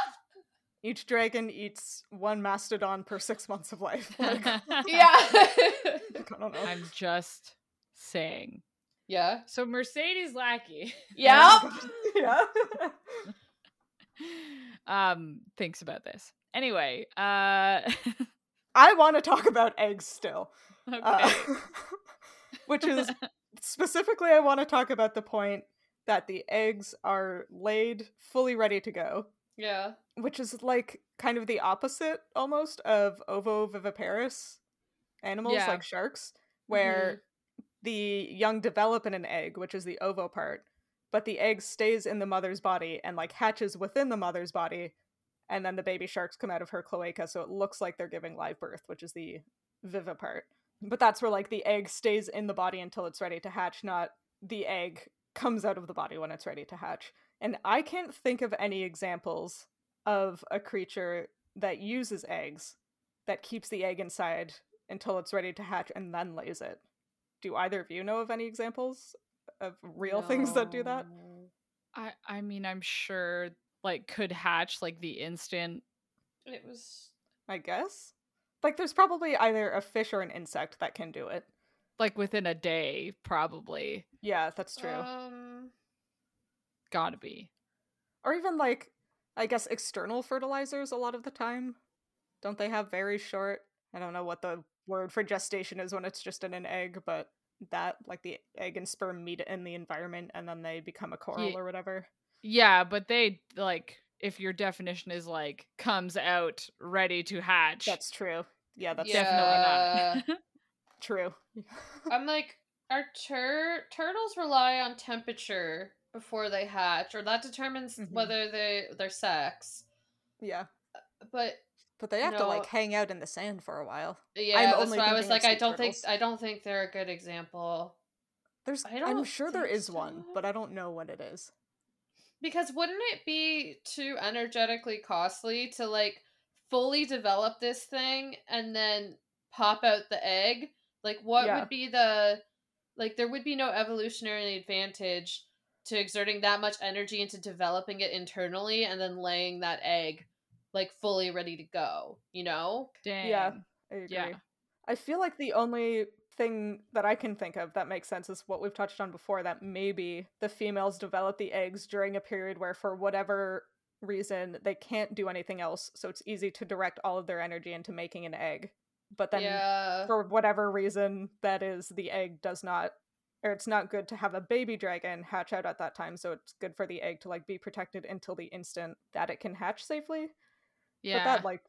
Speaker 3: each dragon eats one mastodon per six months of life? Like, I
Speaker 1: Yeah.
Speaker 3: don't know.
Speaker 2: I'm just saying.
Speaker 1: yeah.
Speaker 2: So Mercedes Lackey
Speaker 1: Yeah.
Speaker 3: yeah.
Speaker 2: um thinks about this anyway uh
Speaker 3: I want to talk about eggs still.
Speaker 2: okay.
Speaker 3: Uh, which is specifically, I want to talk about the point that the eggs are laid fully ready to go,
Speaker 1: Yeah.
Speaker 3: which is like kind of the opposite almost of ovoviviparous animals
Speaker 2: Yeah.
Speaker 3: like sharks, where the young develop in an egg, which is the ovo part, but the egg stays in the mother's body and like hatches within the mother's body, and then the baby sharks come out of her cloaca, so it looks like they're giving live birth, which is the viva part. But that's where like the egg stays in the body until it's ready to hatch, not the egg comes out of the body when it's ready to hatch. And I can't think of any examples of a creature that uses eggs that keeps the egg inside until it's ready to hatch and then lays it. Do either of you know of any examples of real things that do that?
Speaker 1: No.
Speaker 2: i i mean i'm sure like could hatch like the instant
Speaker 1: It was
Speaker 3: I guess. Like there's probably either a fish or an insect that can do it.
Speaker 2: like within a day probably
Speaker 3: Yeah, that's true.
Speaker 1: Um
Speaker 2: gotta be
Speaker 3: or even like I guess external fertilizers a lot of the time. Don't they have very short I don't know what the word for gestation is when it's just in an egg, but that like the egg and sperm meet in the environment and then they become a coral
Speaker 2: Ye-
Speaker 3: or whatever.
Speaker 2: Yeah, but they like if your definition is like comes out ready to hatch.
Speaker 3: That's true. Yeah, that's
Speaker 1: Yeah. Uh,
Speaker 2: definitely not.
Speaker 3: true.
Speaker 1: I'm like, our tur- turtles rely on temperature before they hatch, or that determines
Speaker 3: Mhm.
Speaker 1: whether they their sex.
Speaker 3: yeah.
Speaker 1: But
Speaker 3: But they have to
Speaker 1: No.
Speaker 3: like hang out in the sand for a while.
Speaker 1: yeah, that's
Speaker 3: only
Speaker 1: why I
Speaker 3: thinking
Speaker 1: was
Speaker 3: of
Speaker 1: like, I
Speaker 3: sea
Speaker 1: don't think
Speaker 3: turtles.
Speaker 1: I don't think they're a good example.
Speaker 3: There's
Speaker 1: I
Speaker 3: I'm
Speaker 1: don't
Speaker 3: sure there
Speaker 1: think
Speaker 3: is one,
Speaker 1: so.
Speaker 3: but I don't know what it is.
Speaker 1: Because wouldn't it be too energetically costly to like fully develop this thing and then pop out the egg? Like what
Speaker 3: Yeah.
Speaker 1: would be the like there would be no evolutionary advantage to exerting that much energy into developing it internally and then laying that egg like fully ready to go, you know?
Speaker 2: Dang.
Speaker 3: Yeah. I agree.
Speaker 2: Yeah.
Speaker 3: I feel like the only thing that I can think of that makes sense is what we've touched on before that maybe the females develop the eggs during a period where, for whatever reason, they can't do anything else. So it's easy to direct all of their energy into making an egg. But then,
Speaker 1: yeah.
Speaker 3: for whatever reason that is, the egg does not. Or it's not good to have a baby dragon hatch out at that time, so it's good for the egg to like be protected until the instant that it can hatch safely.
Speaker 2: Yeah.
Speaker 3: But that like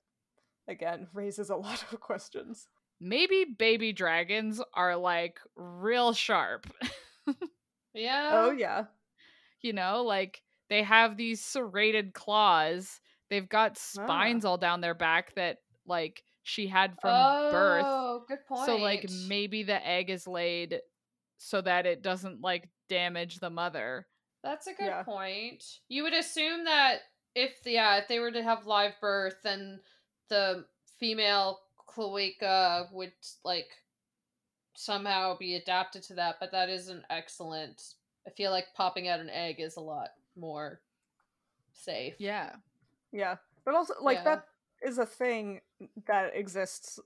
Speaker 3: again raises a lot of questions.
Speaker 2: Maybe baby dragons are like real sharp.
Speaker 1: Yeah.
Speaker 3: Oh yeah.
Speaker 2: you know, like they have these serrated claws. They've got spines all down their back that like she had from birth.
Speaker 1: Oh, good point.
Speaker 2: So like maybe the egg is laid so that it doesn't like damage the mother.
Speaker 1: That's a good
Speaker 3: Yeah.
Speaker 1: point. You would assume that if yeah, if they were to have live birth, then the female cloaca would like somehow be adapted to that. But that isn't excellent. I feel like popping out an egg is a lot more safe.
Speaker 2: Yeah.
Speaker 3: Yeah. But also like
Speaker 1: Yeah.
Speaker 3: that is a thing that exists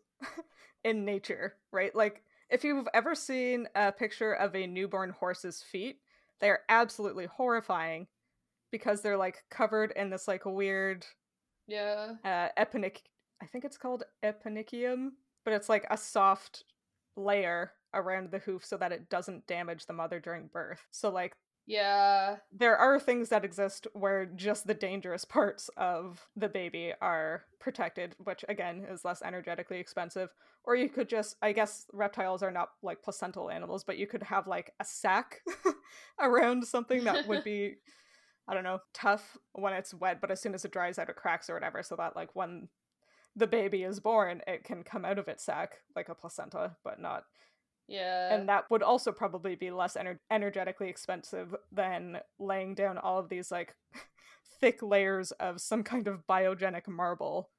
Speaker 3: in nature, right? Like if you've ever seen a picture of a newborn horse's feet, they are absolutely horrifying because they're like covered in this like weird
Speaker 1: Yeah.
Speaker 3: uh epinic I think it's called epinicium, but it's like a soft layer around the hoof so that it doesn't damage the mother during birth. So like
Speaker 1: Yeah.
Speaker 3: there are things that exist where just the dangerous parts of the baby are protected, which again is less energetically expensive. Or you could just, I guess reptiles are not like placental animals, but you could have like a sack around something that would be, I don't know, tough when it's wet, but as soon as it dries out, it cracks or whatever, so that like when the baby is born, it can come out of its sack like a placenta, but not
Speaker 2: Uh,
Speaker 1: Yeah.
Speaker 3: and that would also probably be less ener- energetically expensive than laying down all of these like thick layers of some kind of biogenic marble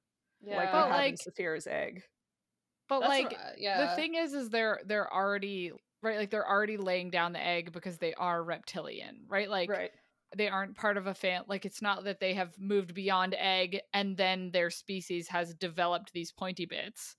Speaker 1: yeah.
Speaker 3: like we
Speaker 2: But,
Speaker 3: have in
Speaker 2: like,
Speaker 3: Saphira's egg.
Speaker 2: But
Speaker 1: That's
Speaker 2: like
Speaker 1: what I- yeah.
Speaker 2: the thing is is they're they're already right like they're already laying down the egg because they are reptilian, right? Like
Speaker 3: right.
Speaker 2: they aren't part of a fan like it's not that they have moved beyond egg and then their species has developed these pointy bits,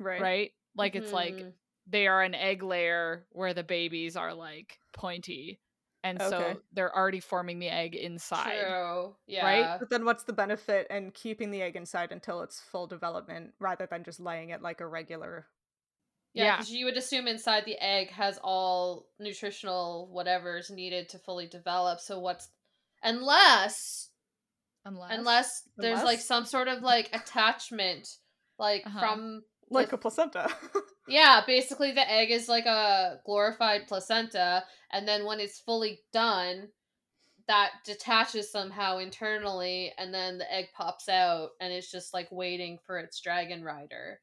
Speaker 3: Right.
Speaker 2: right? Like it's like
Speaker 1: Mhm.
Speaker 2: they are an egg layer where the babies are like pointy and
Speaker 3: Okay.
Speaker 2: so they're already forming the egg inside
Speaker 1: True. Yeah.
Speaker 3: But then what's the benefit in keeping the egg inside until its full development rather than just laying it like a regular
Speaker 1: Yeah,
Speaker 2: Yeah.
Speaker 1: because you would assume inside the egg has all nutritional whatever's needed to fully develop. So what's unless
Speaker 2: unless
Speaker 1: unless, there's like
Speaker 3: Unless?
Speaker 1: some sort of like attachment, like
Speaker 2: Uh-huh.
Speaker 1: from
Speaker 3: like
Speaker 1: With-
Speaker 3: a placenta?
Speaker 1: yeah, basically the egg is like a glorified placenta, and then when it's fully done, that detaches somehow internally, and then the egg pops out, and it's just like waiting for its dragon rider.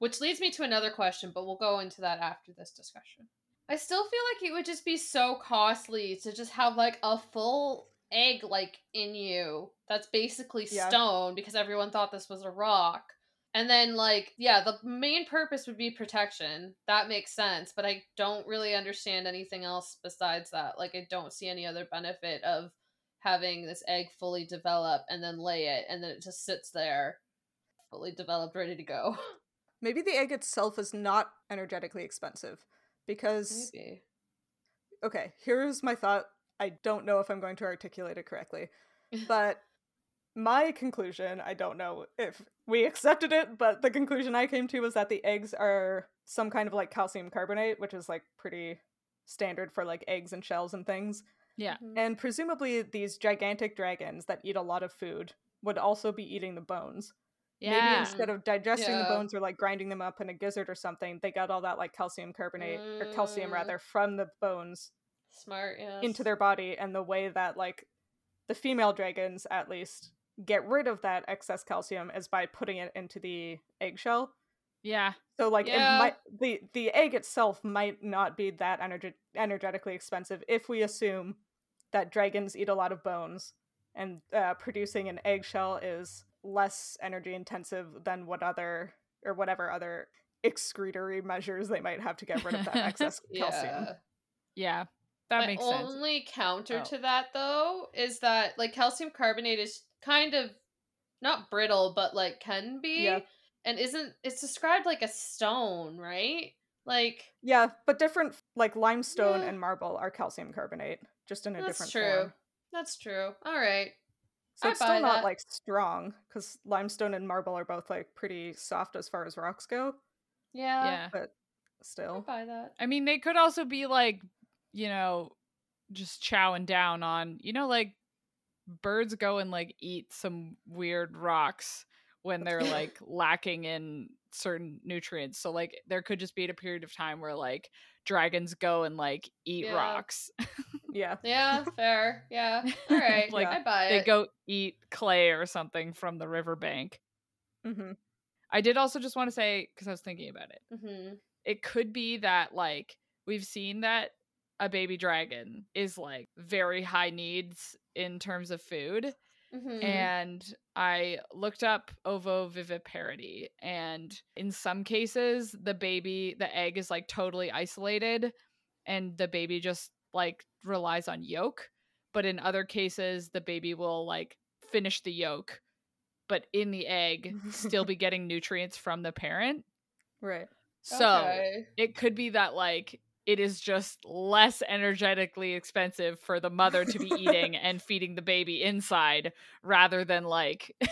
Speaker 1: Which leads me to another question, but we'll go into that after this discussion. I still feel like it would just be so costly to just have like a full egg like in you that's basically
Speaker 3: Yeah.
Speaker 1: stone because everyone thought this was a rock. And then like yeah, the main purpose would be protection. That makes sense, but I don't really understand anything else besides that. Like I don't see any other benefit of having this egg fully develop and then lay it and then it just sits there fully developed ready to go.
Speaker 3: Maybe the egg itself is not energetically expensive because
Speaker 1: Maybe.
Speaker 3: okay, here's my thought. I don't know if I'm going to articulate it correctly, but my conclusion, I don't know if we accepted it, but the conclusion I came to was that the eggs are some kind of like calcium carbonate, which is like pretty standard for like eggs and shells and things.
Speaker 1: Mm-hmm.
Speaker 2: Yeah.
Speaker 3: And presumably these gigantic dragons that eat a lot of food would also be eating the bones. Maybe
Speaker 2: Yeah.
Speaker 3: instead of digesting the
Speaker 1: Yeah.
Speaker 3: bones or like grinding them up in a gizzard or something, they got all that like calcium carbonate or calcium
Speaker 1: Mm.
Speaker 3: rather from the bones
Speaker 1: Smart, yeah.
Speaker 3: into their body and the way that like the female dragons at least get rid of that excess calcium is by putting it into the eggshell.
Speaker 2: yeah.
Speaker 3: So like
Speaker 1: Yeah.
Speaker 3: it might the the egg itself might not be that energe- energetically expensive if we assume that dragons eat a lot of bones and uh, producing an eggshell is less energy intensive than what other or whatever other excretory measures they might have to get rid of that excess calcium.
Speaker 1: Yeah.
Speaker 2: Yeah. That
Speaker 1: My
Speaker 2: makes sense.
Speaker 1: only counter
Speaker 2: Oh.
Speaker 1: to that though is that like calcium carbonate is kind of not brittle, but like can be,
Speaker 3: Yeah.
Speaker 1: and isn't it's described like a stone, right? Like
Speaker 3: Yeah, but different like limestone
Speaker 1: Yeah.
Speaker 3: and marble are calcium carbonate, just in a
Speaker 1: that's
Speaker 3: different
Speaker 1: true.
Speaker 3: form.
Speaker 1: That's true. All right.
Speaker 3: So
Speaker 1: I
Speaker 3: it's still
Speaker 1: buy
Speaker 3: not
Speaker 1: that.
Speaker 3: like strong because limestone and marble are both like pretty soft as far as rocks go.
Speaker 1: Yeah.
Speaker 2: Yeah.
Speaker 1: I
Speaker 3: Still,
Speaker 1: buy that.
Speaker 2: I mean, they could also be like, you know, just chowing down on, you know, like birds go and like eat some weird rocks when they're like lacking in certain nutrients. So like there could just be a period of time where like dragons go and like eat
Speaker 1: Yeah.
Speaker 2: rocks.
Speaker 3: yeah,
Speaker 1: Yeah, fair. Yeah. All right.
Speaker 2: Like,
Speaker 1: I buy
Speaker 2: They
Speaker 1: it.
Speaker 2: go eat clay or something from the riverbank.
Speaker 3: hmm
Speaker 2: I did also just want to say cuz I was thinking about it.
Speaker 1: hmm
Speaker 2: it could be that like we've seen that a baby dragon is like very high needs in terms of food
Speaker 1: hmm
Speaker 2: and i looked up ovoviviparity and in some cases the baby the egg is like totally isolated and the baby just like relies on yolk but in other cases the baby will like finish the yolk but in the egg still be getting nutrients from the parent
Speaker 3: right.
Speaker 2: so
Speaker 1: Okay.
Speaker 2: it could be that like it is just less energetically expensive for the mother to be eating and feeding the baby inside rather than like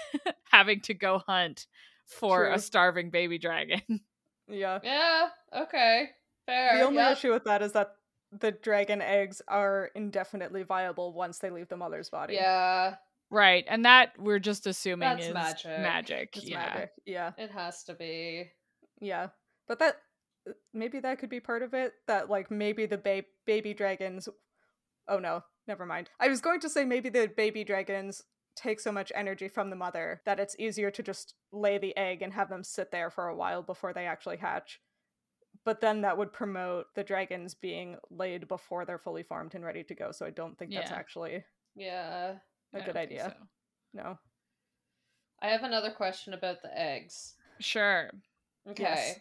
Speaker 2: having to go hunt for
Speaker 3: True.
Speaker 2: a starving baby dragon.
Speaker 3: Yeah.
Speaker 1: Yeah. Okay. Fair.
Speaker 3: The only
Speaker 1: yep.
Speaker 3: issue with that is that the dragon eggs are indefinitely viable once they leave the mother's body.
Speaker 1: Yeah.
Speaker 2: right. And that we're just assuming
Speaker 1: That's
Speaker 2: is
Speaker 1: magic.
Speaker 2: magic.
Speaker 3: It's
Speaker 2: yeah.
Speaker 3: magic. Yeah,
Speaker 1: It has to be.
Speaker 3: yeah. But that uh, maybe that could be part of it. That like maybe the ba- baby dragons. Oh no, never mind. I was going to say maybe the baby dragons take so much energy from the mother that it's easier to just lay the egg and have them sit there for a while before they actually hatch. But then that would promote the dragons being laid before they're fully formed and ready to go. So I don't think that's
Speaker 2: Yeah.
Speaker 3: actually
Speaker 1: Yeah.
Speaker 3: a
Speaker 2: I
Speaker 3: good
Speaker 2: don't think
Speaker 3: idea.
Speaker 2: so.
Speaker 3: No.
Speaker 1: I have another question about the eggs.
Speaker 2: Sure.
Speaker 1: Okay.
Speaker 3: Yes.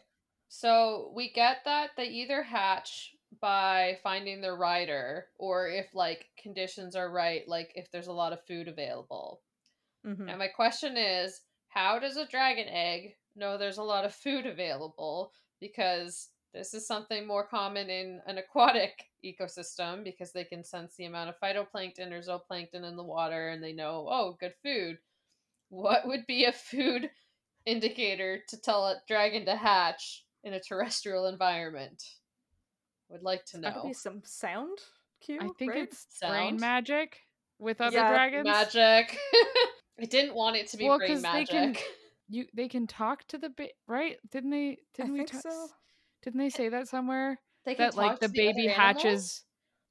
Speaker 1: So we get that they either hatch by finding their rider or if like conditions are right, like if there's a lot of food available.
Speaker 3: hmm
Speaker 1: Now my question is, how does a dragon egg know there's a lot of food available? Because this is something more common in an aquatic ecosystem because they can sense the amount of phytoplankton or zooplankton in the water and they know, oh, good food. What would be a food indicator to tell a dragon to hatch in a terrestrial environment? Would like to
Speaker 3: That could
Speaker 1: know.
Speaker 3: be some sound cue.
Speaker 2: I think
Speaker 3: right?
Speaker 2: it's brain
Speaker 1: Sound?
Speaker 2: magic with other
Speaker 3: Yeah,
Speaker 2: dragons.
Speaker 1: Magic. I didn't want it to be
Speaker 2: Well,
Speaker 1: brain
Speaker 2: 'cause they
Speaker 1: magic.
Speaker 2: can- you they can talk to the ba- right? Didn't they
Speaker 3: I
Speaker 2: didn't we
Speaker 3: think
Speaker 2: ta-
Speaker 3: so.
Speaker 2: Didn't they say that somewhere?
Speaker 1: They can
Speaker 2: That like
Speaker 1: talk to
Speaker 2: the baby
Speaker 1: other animals?
Speaker 2: hatches.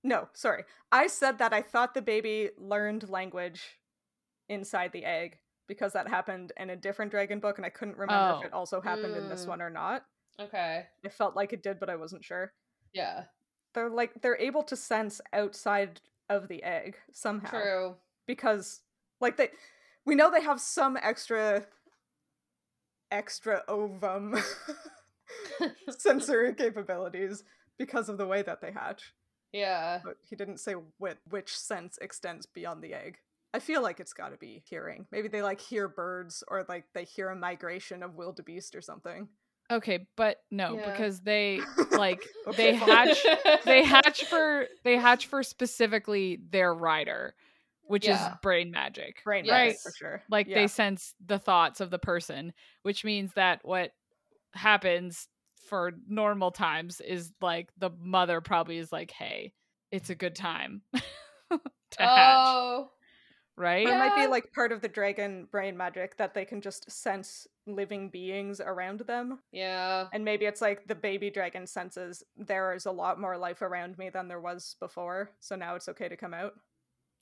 Speaker 3: No, sorry. I said that I thought the baby learned language inside the egg because that happened in a different dragon book, and I couldn't remember if
Speaker 2: Oh.
Speaker 3: it also happened in this
Speaker 1: Mm.
Speaker 3: one or not.
Speaker 1: Okay.
Speaker 3: It felt like it did, but I wasn't sure.
Speaker 1: Yeah.
Speaker 3: They're like they're able to sense outside of the egg somehow
Speaker 1: True.
Speaker 3: because like they we know they have some extra extra ovum sensory capabilities because of the way that they hatch.
Speaker 1: yeah.
Speaker 3: But he didn't say what which sense extends beyond the egg. I feel like it's got to be hearing. Maybe they like hear birds or like they hear a migration of wildebeest or something.
Speaker 2: Okay, but no,
Speaker 1: Yeah.
Speaker 2: because they like
Speaker 3: Okay,
Speaker 2: they
Speaker 3: fine.
Speaker 2: hatch they hatch for they hatch for specifically their rider. which
Speaker 1: Yeah.
Speaker 2: is brain magic.
Speaker 3: Brain
Speaker 1: Yes.
Speaker 3: right
Speaker 2: right?
Speaker 3: for sure.
Speaker 2: Like
Speaker 3: Yeah.
Speaker 2: they sense the thoughts of the person, which means that what happens for normal times is like the mother probably is like, "Hey, it's a good time to hatch,"
Speaker 1: Oh,
Speaker 2: right?
Speaker 3: Or it might be
Speaker 1: Yeah.
Speaker 3: like part of the dragon brain magic that they can just sense living beings around them.
Speaker 1: yeah.
Speaker 3: And maybe it's like the baby dragon senses there is a lot more life around me than there was before, so now it's okay to come out.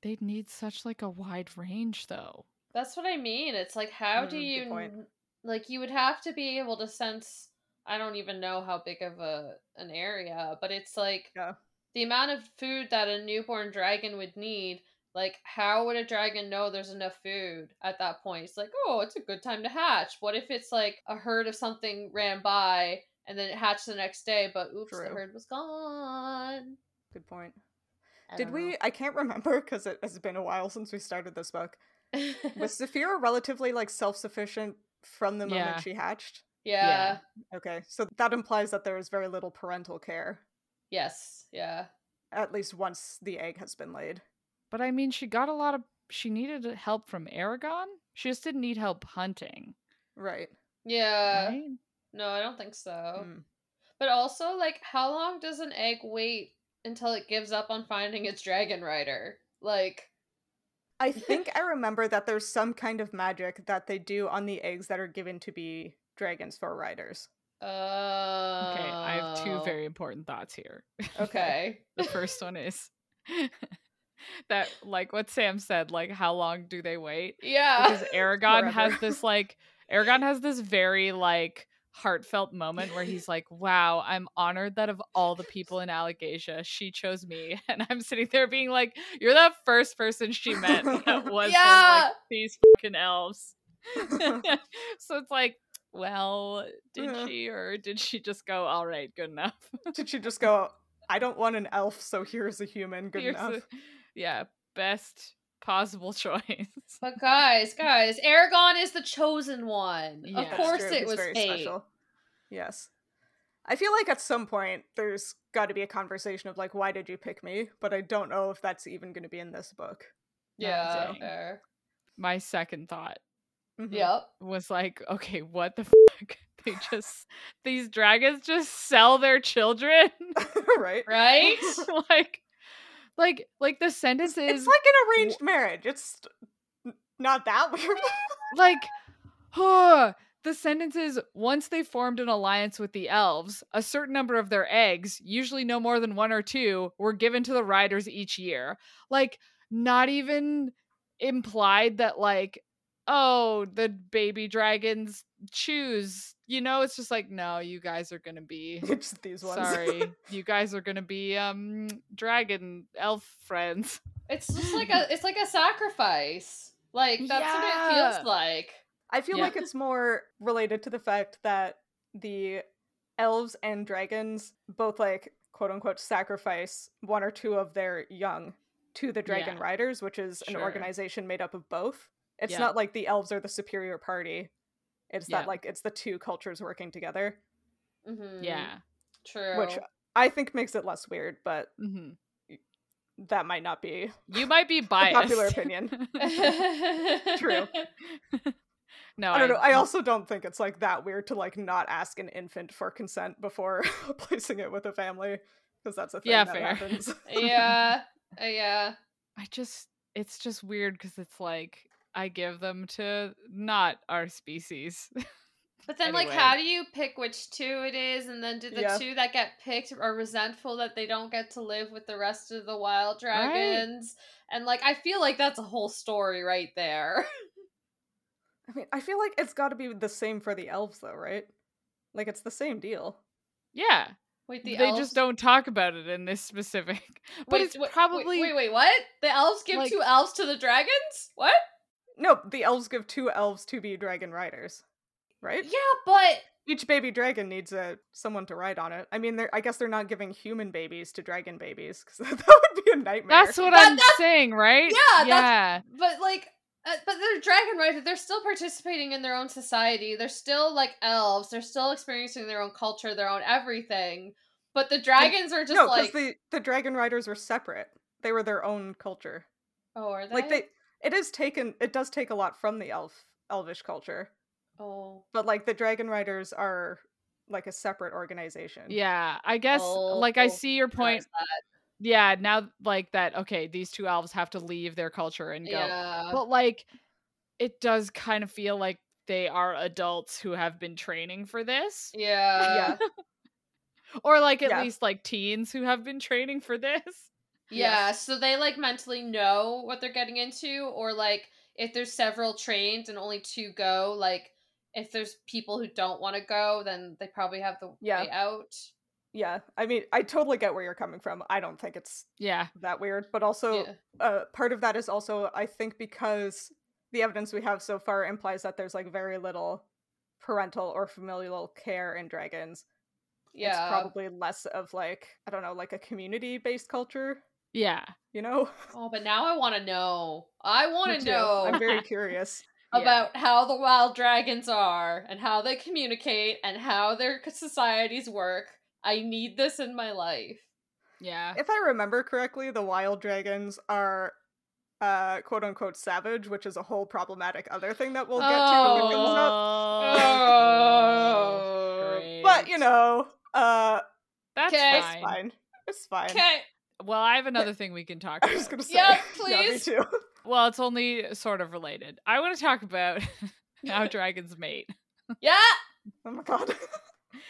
Speaker 2: They need such like a wide range, though.
Speaker 1: That's what I mean. It's like how do
Speaker 3: Mm, good
Speaker 1: you
Speaker 3: point.
Speaker 1: n- like you would have to be able to sense I don't even know how big of a an area, but it's like
Speaker 3: Yeah.
Speaker 1: the amount of food that a newborn dragon would need, like how would a dragon know there's enough food at that point? It's like, "Oh, it's a good time to hatch." What if it's like a herd of something ran by and then it hatched the next day, but oops, the
Speaker 3: True.
Speaker 1: herd was gone.
Speaker 3: Good point.
Speaker 1: I
Speaker 3: Did
Speaker 1: don't
Speaker 3: we? I can't remember because it has been a while since we started this book.
Speaker 1: know.
Speaker 3: Was Saphira relatively like self-sufficient from the moment
Speaker 2: Yeah.
Speaker 3: she hatched?
Speaker 1: yeah.
Speaker 3: Okay, so that implies that there is very little parental care,
Speaker 1: Yes. Yeah.
Speaker 3: at least once the egg has been laid.
Speaker 2: But I mean, she got a lot of. She needed help from Aragon. She just didn't need help hunting.
Speaker 3: Right.
Speaker 1: Yeah.
Speaker 2: right?
Speaker 1: No, I don't think so.
Speaker 3: Mm.
Speaker 1: But also, like, how long does an egg wait until it gives up on finding its dragon rider? Like,
Speaker 3: I think I remember that there's some kind of magic that they do on the eggs that are given to be dragons for riders.
Speaker 1: uh.
Speaker 2: Okay, I have two very important thoughts here.
Speaker 1: oh, Okay.
Speaker 2: the first one is that, like what Sam said, like how long do they wait?
Speaker 1: Yeah.
Speaker 2: Because Aragon has
Speaker 3: Forever.
Speaker 2: this like Aragon has this very like heartfelt moment where he's like, "Wow, I'm honored that of all the people in Allegasia, she chose me," and I'm sitting there being like, "You're the first person she met that was from,
Speaker 1: Yeah.
Speaker 2: like these fucking elves." so it's like, well, did
Speaker 3: Yeah.
Speaker 2: she or did she just go, all right, good enough?
Speaker 3: Did she just go, I don't want an elf, so here's a human, good
Speaker 2: Here's
Speaker 3: enough?
Speaker 2: the- yeah, best possible choice.
Speaker 1: But guys, guys, Aragon is the chosen one.
Speaker 2: Yeah.
Speaker 1: Of
Speaker 2: That's
Speaker 1: course,
Speaker 3: true,
Speaker 1: it
Speaker 3: he's
Speaker 1: was fate.
Speaker 3: Yes. I feel like at some point there's got to be a conversation of like, why did you pick me? But I don't know if that's even going to be in this book.
Speaker 1: Yeah.
Speaker 2: Amazing.
Speaker 1: Fair.
Speaker 2: My second thought Mm-hmm.
Speaker 3: Mhm.
Speaker 1: Yep.
Speaker 2: was like, okay, what the fuck? They just, these dragons just sell their children.
Speaker 3: right?
Speaker 1: Right.
Speaker 2: like, like, like the sentence
Speaker 3: It's
Speaker 2: is
Speaker 3: like an arranged marriage. It's n- not that weird.
Speaker 2: like, huh. The sentence is once they formed an alliance with the elves, a certain number of their eggs, usually no more than one or two, were given to the riders each year. Like, not even implied that, like, oh, the baby dragons choose. You know, it's just like, no, you guys are going to be.
Speaker 3: it's these ones.
Speaker 2: Sorry, you guys are going to be um dragon elf friends.
Speaker 1: It's just like a. It's like a sacrifice. Like that's what it
Speaker 2: Yeah.
Speaker 1: feels like.
Speaker 3: I feel
Speaker 2: Yeah.
Speaker 3: like it's more related to the fact that the elves and dragons both like quote unquote sacrifice one or two of their young to the dragon
Speaker 2: Yeah.
Speaker 3: riders, which is an
Speaker 2: Sure.
Speaker 3: organization made up of both. It's
Speaker 2: Yeah.
Speaker 3: not like the elves are the superior party. It's
Speaker 2: Yeah.
Speaker 3: that like it's the two cultures working together, Mm.
Speaker 1: Mm-hmm.
Speaker 2: Yeah.
Speaker 1: True.
Speaker 3: which I think makes it less weird, but
Speaker 2: hmm
Speaker 3: that might not be
Speaker 2: You might be
Speaker 3: the
Speaker 2: biased.
Speaker 3: popular opinion. True.
Speaker 2: no,
Speaker 3: I don't know. I also don't think it's like that weird to like not ask an infant for consent before placing it with a family because that's a thing
Speaker 2: Yeah,
Speaker 3: that
Speaker 2: fair.
Speaker 3: happens.
Speaker 1: yeah. Uh, yeah.
Speaker 2: I just it's just weird because it's like I give them to not our species.
Speaker 1: But then, like,
Speaker 2: Anyway.
Speaker 1: how do you pick which two it is? And then do the
Speaker 3: Yeah.
Speaker 1: two that get picked are resentful that they don't get to live with the rest of the wild dragons? And, like, I feel like that's a whole story right there.
Speaker 3: I mean, I feel like it's got to be the same for the elves though, right? Like it's the same deal.
Speaker 2: yeah,
Speaker 1: Wait, the
Speaker 2: they
Speaker 1: elves...
Speaker 2: just don't talk about it in this specific. But
Speaker 1: wait,
Speaker 2: it's
Speaker 1: wait, wait,
Speaker 2: probably
Speaker 1: Wait, wait, what? The elves give
Speaker 2: like-
Speaker 1: two elves to the dragons? What?
Speaker 3: No, the elves give two elves to be dragon riders, right?
Speaker 1: Yeah, but.
Speaker 3: Each baby dragon needs a someone to ride on it. I mean, they're, I guess they're not giving human babies to dragon babies because that would be a nightmare.
Speaker 2: that's what
Speaker 1: That-
Speaker 2: I'm
Speaker 1: that's-
Speaker 2: saying, right?
Speaker 1: Yeah, that's-
Speaker 2: yeah.
Speaker 1: But, like. Uh, but they're dragon riders. They're still participating in their own society. They're still like elves. They're still experiencing their own culture, their own everything. But the dragons are just
Speaker 3: no,
Speaker 1: like
Speaker 3: because the the dragon riders were separate. They were their own culture.
Speaker 1: Oh, are they?
Speaker 3: Like they it is taken it does take a lot from the elf elvish culture.
Speaker 1: Oh.
Speaker 3: But like the dragon riders are like a separate organization.
Speaker 2: Yeah, I guess
Speaker 1: Oh,
Speaker 2: like I
Speaker 1: oh,
Speaker 2: see your point.
Speaker 1: there's that.
Speaker 2: Yeah, now like that okay, these two elves have to leave their culture and go.
Speaker 1: Yeah.
Speaker 2: But like it does kind of feel like they are adults who have been training for this
Speaker 1: yeah.
Speaker 2: or like at
Speaker 3: Yeah.
Speaker 2: least like teens who have been training for this.
Speaker 1: Yeah, so they like mentally know what they're getting into, or like if there's several trains and only two go, like if there's people who don't want to go, then they probably have the
Speaker 3: Yeah.
Speaker 1: way out.
Speaker 3: Yeah. I mean, I totally get where you're coming from. I don't think it's
Speaker 2: Yeah.
Speaker 3: that weird, but also
Speaker 1: yeah.
Speaker 3: uh, part of that is also I think because the evidence we have so far implies that there's like very little parental or familial care in dragons.
Speaker 1: yeah.
Speaker 3: It's probably less of like I don't know, like a community based culture,
Speaker 2: Yeah.
Speaker 3: you know?
Speaker 1: oh, but now I want to know. I
Speaker 3: Me
Speaker 1: want to
Speaker 3: too.
Speaker 1: know
Speaker 3: I'm very curious.
Speaker 2: Yeah.
Speaker 1: about how the wild dragons are and how they communicate and how their c- societies work. I need this in my life.
Speaker 2: Yeah.
Speaker 3: If I remember correctly, the wild dragons are uh quote unquote savage, which is a whole problematic other thing that we'll get to when it comes up.
Speaker 2: Oh, great.
Speaker 3: But you know, uh
Speaker 2: that's
Speaker 1: Okay.
Speaker 3: it's
Speaker 2: fine.
Speaker 3: fine. It's fine.
Speaker 1: Okay.
Speaker 2: Well, I have another thing we can talk
Speaker 3: I
Speaker 2: about.
Speaker 3: was gonna say
Speaker 1: Yeah,
Speaker 3: Yeah, me
Speaker 1: please.
Speaker 3: too.
Speaker 2: Well, it's only sort of related. I want to talk about how dragons mate
Speaker 1: Yeah.
Speaker 3: Oh my god.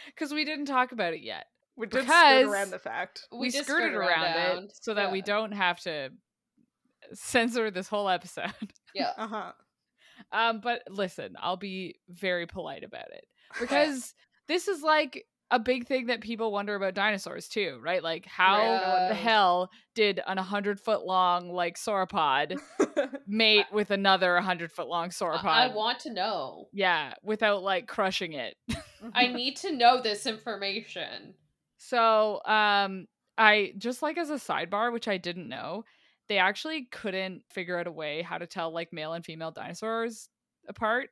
Speaker 2: because we didn't talk about it yet.
Speaker 3: We did
Speaker 2: Because-
Speaker 3: skirt around the fact.
Speaker 1: We,
Speaker 2: We,
Speaker 1: just
Speaker 2: skirted
Speaker 1: skirt
Speaker 2: around,
Speaker 1: around.
Speaker 2: it so that we
Speaker 1: Yeah.
Speaker 2: don't have to censor this whole episode.
Speaker 1: Yeah.
Speaker 3: Uh-huh.
Speaker 2: Um, but listen, I'll be very polite about it because this is like a big thing that people wonder about dinosaurs too, right? Like how the
Speaker 1: Yeah.
Speaker 2: hell did an 100 foot long like sauropod
Speaker 3: Mm-hmm.
Speaker 2: mate with another 100 foot long sauropod?
Speaker 1: I I want to know.
Speaker 2: yeah, without like crushing it.
Speaker 1: I need to know this information.
Speaker 2: So, um, I just like as a sidebar, which I didn't know, they actually couldn't figure out a way how to tell like male and female dinosaurs apart,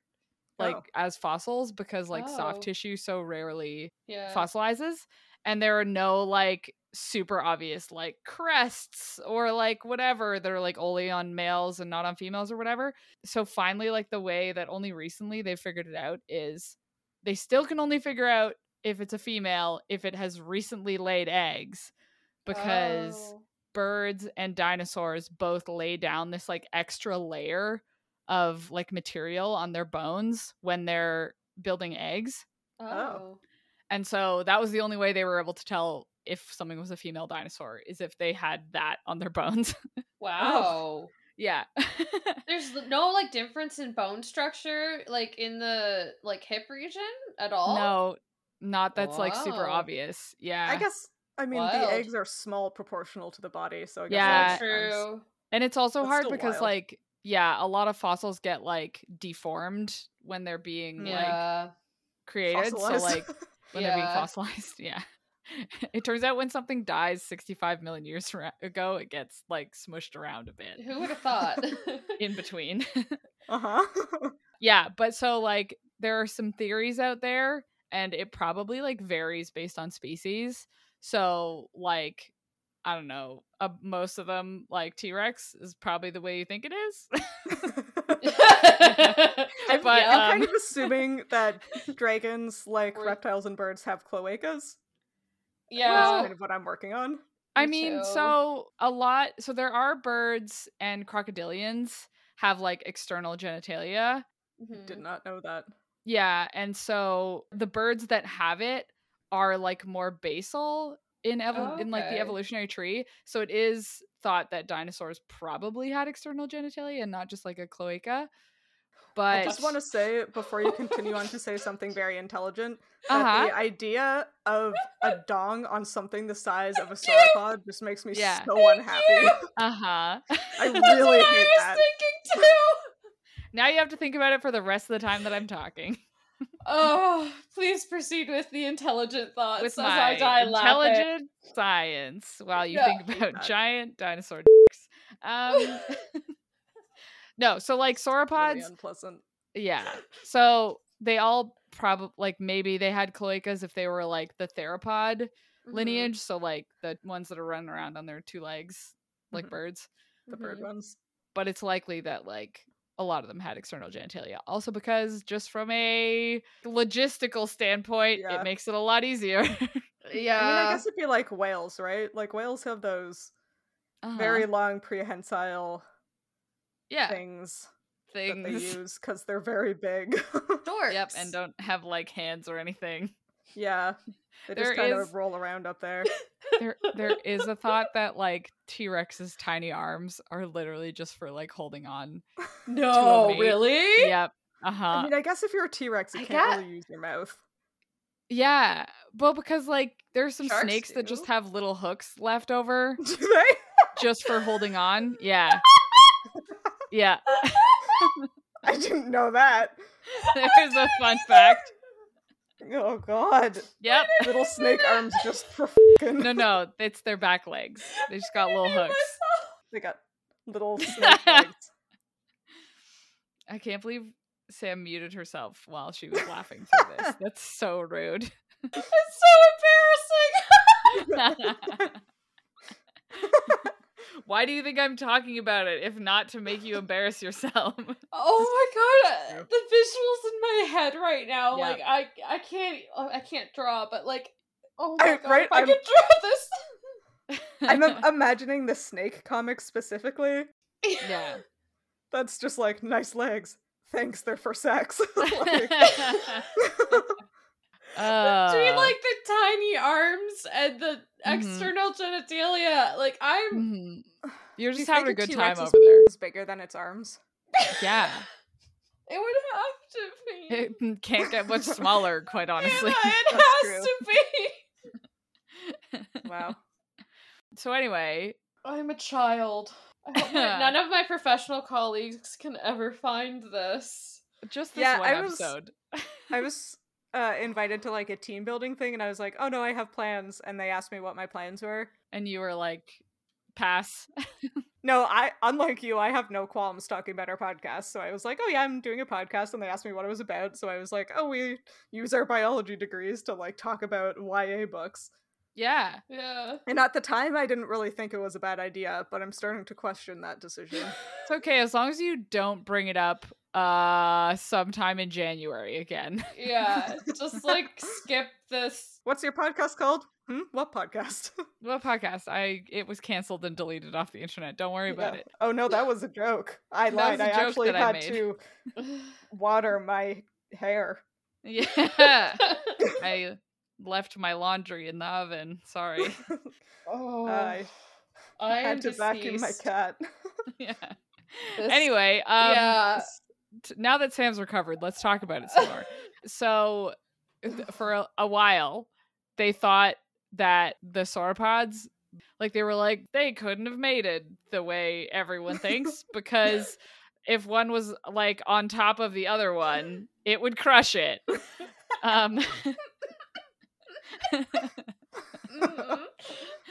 Speaker 2: like
Speaker 3: Oh.
Speaker 2: as fossils, because like
Speaker 1: Oh.
Speaker 2: soft tissue so rarely
Speaker 1: Yeah.
Speaker 2: fossilizes, and there are no like super obvious like crests or like whatever that are like only on males and not on females or whatever. So finally, like the way that only recently they figured it out is they still can only figure out if it's a female if it has recently laid eggs because
Speaker 1: Oh.
Speaker 2: birds and dinosaurs both lay down this like extra layer of like material on their bones when they're building eggs.
Speaker 1: Oh.
Speaker 2: And so that was the only way they were able to tell if something was a female dinosaur is if they had that on their bones.
Speaker 1: Wow.
Speaker 2: yeah.
Speaker 1: There's no like difference in bone structure like in the like hip region at all.
Speaker 2: No, not that's like super
Speaker 1: Wow.
Speaker 2: obvious. Yeah.
Speaker 3: I guess I mean
Speaker 1: Wild.
Speaker 3: the eggs are small proportional to the body, so I guess
Speaker 2: Yeah.
Speaker 1: Yeah,
Speaker 3: that's-
Speaker 1: true.
Speaker 2: And it's also
Speaker 3: That's
Speaker 2: hard
Speaker 3: still
Speaker 2: because
Speaker 3: wild.
Speaker 2: like yeah, a lot of fossils get like deformed when they're being like
Speaker 1: yeah.
Speaker 2: created.
Speaker 3: fossilized.
Speaker 2: So like when they're being
Speaker 1: Yeah.
Speaker 2: fossilized. Yeah. It turns out when something dies 65 million years ra- ago, it gets like smushed around a bit
Speaker 1: Who would have thought?
Speaker 2: in between.
Speaker 3: uh-huh.
Speaker 2: yeah, but so like there are some theories out there and it probably like varies based on species. So like I don't know, uh, most of them like T-Rex is probably the way you think it is.
Speaker 3: Uh-huh.
Speaker 1: I'm-
Speaker 2: But,
Speaker 1: yeah.
Speaker 3: I'm kind
Speaker 2: um,
Speaker 3: of assuming that dragons, like
Speaker 1: Or-
Speaker 3: reptiles and birds, have cloacas.
Speaker 1: yeah.
Speaker 3: That's kind of what I'm working on.
Speaker 2: I
Speaker 1: Me
Speaker 2: mean,
Speaker 1: too.
Speaker 2: so a lot. So there are birds and crocodilians have like external genitalia.
Speaker 1: Mhm.
Speaker 3: Did not know that.
Speaker 2: Yeah. And so the birds that have it are like more basal in evo- in like the
Speaker 1: Okay.
Speaker 2: evolutionary tree. So it is thought that dinosaurs probably had external genitalia and not just like a cloaca.
Speaker 3: I
Speaker 2: But
Speaker 3: just want to say before you continue on to say something very intelligent that
Speaker 2: uh-huh.
Speaker 3: the idea of a dong on something the size of a
Speaker 1: Thank you.
Speaker 3: sauropod just makes me
Speaker 2: Yeah.
Speaker 3: so
Speaker 1: Thank
Speaker 3: unhappy.
Speaker 1: you.
Speaker 2: Uh-huh.
Speaker 3: I
Speaker 1: That's
Speaker 3: really
Speaker 1: what I
Speaker 3: hate
Speaker 1: was
Speaker 3: that.
Speaker 1: thinking too.
Speaker 2: now you have to think about it for the rest of the time that I'm talking.
Speaker 1: Oh, please proceed with the intelligent thoughts
Speaker 2: with
Speaker 1: as
Speaker 2: my
Speaker 1: I die laughing.
Speaker 2: intelligent science while you
Speaker 1: Yeah.
Speaker 2: think about
Speaker 3: that.
Speaker 2: giant dinosaur dicks. Um,
Speaker 1: Mm-hmm.
Speaker 2: no, so like sauropods,
Speaker 3: Really unpleasant.
Speaker 2: yeah. So they all probably like maybe they had cloacas if they were like the theropod
Speaker 3: Mm-hmm.
Speaker 2: lineage, so like the ones that are running around on their two legs like
Speaker 3: Mhm.
Speaker 2: birds.
Speaker 1: Mm-hmm.
Speaker 3: The bird ones.
Speaker 2: but it's likely that like a lot of them had external genitalia. Also because just from a logistical standpoint,
Speaker 3: Yeah.
Speaker 2: it makes it a lot easier.
Speaker 1: Yeah.
Speaker 3: I mean, I guess it'd be like whales, right? Like whales have those very
Speaker 2: Uh-huh.
Speaker 3: long prehensile
Speaker 2: yeah
Speaker 3: things that they
Speaker 2: things.
Speaker 3: use because they're very big.
Speaker 1: Dorks.
Speaker 2: Yep, and don't have like hands or anything.
Speaker 3: yeah, they
Speaker 2: There
Speaker 3: just kind
Speaker 2: is-
Speaker 3: of roll around up there.
Speaker 2: there there is a thought that like T-Rex's tiny arms are literally just for like holding on.
Speaker 1: No,
Speaker 2: mate.
Speaker 1: really?
Speaker 2: Yep. Uh-huh.
Speaker 3: I mean, I guess if you're a T Rex, you
Speaker 1: I
Speaker 3: can't
Speaker 1: got-
Speaker 3: really use your mouth.
Speaker 2: yeah. Well, because like there's some
Speaker 1: Sharks
Speaker 2: snakes that just
Speaker 1: do.
Speaker 2: have little hooks left over
Speaker 3: Do they?
Speaker 2: just for holding on. Yeah. Yeah.
Speaker 3: I didn't know that.
Speaker 2: There's a fun fact.
Speaker 3: Oh God,
Speaker 2: Yep.
Speaker 3: little snake arms just for fing
Speaker 2: No, no, it's their back legs. They just got little hooks.
Speaker 3: They got little snake legs.
Speaker 2: I can't believe Sam muted herself while she was laughing through this. That's so rude.
Speaker 1: It's so embarrassing.
Speaker 2: Why do you think I'm talking about it if not to make you embarrass yourself?
Speaker 1: oh my god,
Speaker 3: Yeah.
Speaker 1: uh, the visuals in my head right now.
Speaker 2: Yeah.
Speaker 1: Like I, I can't, oh, I can't draw, but like, oh my
Speaker 3: I-
Speaker 1: god,
Speaker 3: right,
Speaker 1: if I
Speaker 3: I'm-
Speaker 1: could draw this.
Speaker 3: I'm im- imagining the snake comic specifically.
Speaker 2: yeah.
Speaker 3: That's just like nice legs. Thanks, they're for sex. Like-
Speaker 1: Between
Speaker 2: Uh, Mm-hmm.
Speaker 1: like the tiny arms and the external genitalia, like
Speaker 3: Mm.
Speaker 1: I'm.
Speaker 2: mhm. You're
Speaker 3: Do
Speaker 2: just
Speaker 3: you
Speaker 2: having a
Speaker 3: think
Speaker 2: good time
Speaker 3: T-Rex's
Speaker 2: over there.
Speaker 3: is bigger than its arms.
Speaker 2: Yeah.
Speaker 1: It would have to be.
Speaker 2: It can't get much smaller, quite honestly.
Speaker 1: Anna, it
Speaker 3: That's
Speaker 1: has
Speaker 3: true.
Speaker 1: to be.
Speaker 3: Wow.
Speaker 2: So anyway,
Speaker 1: I'm a child. I hope that none of my professional colleagues can ever find this.
Speaker 2: just this
Speaker 3: Yeah,
Speaker 2: one
Speaker 3: I was-
Speaker 2: episode.
Speaker 3: I was uh, invited to like a team building thing, and I was like, "Oh no, I have plans." And they asked me what my plans were.
Speaker 2: And you were like, pass.
Speaker 3: No, I unlike you, I have no qualms talking about our podcast. So I was like, "Oh yeah, I'm doing a podcast," and they asked me what it was about. So I was like, "Oh, we use our biology degrees to like talk about YA books."
Speaker 2: Yeah.
Speaker 1: Yeah.
Speaker 3: And at the time, I didn't really think it was a bad idea, but I'm starting to question that decision.
Speaker 2: It's okay as long as you don't bring it up uh sometime in January again.
Speaker 1: yeah. Just like skip this.
Speaker 3: What's your podcast called? Hmm? What podcast?
Speaker 2: What podcast? I it was canceled and deleted off the internet. Don't worry about
Speaker 3: Yeah.
Speaker 2: it.
Speaker 3: Oh no, that was a joke. I
Speaker 2: That was
Speaker 3: lied.
Speaker 2: a
Speaker 3: I
Speaker 2: joke
Speaker 3: actually
Speaker 2: that I
Speaker 3: had
Speaker 2: made.
Speaker 3: to water my hair.
Speaker 2: Yeah. I left my laundry in the oven. Sorry.
Speaker 1: oh.
Speaker 3: I
Speaker 1: I am
Speaker 3: had to vacuum my
Speaker 1: deceased.
Speaker 3: cat.
Speaker 2: yeah.
Speaker 1: This-
Speaker 2: Anyway, um
Speaker 1: yeah.
Speaker 2: t- now that Sam's recovered, let's talk about it some more. so, th- for a, a while, they thought that the sauropods, like they were like, they couldn't have made it the way everyone thinks because if one was like on top of the other one, it would crush it. Um,
Speaker 1: Mhm.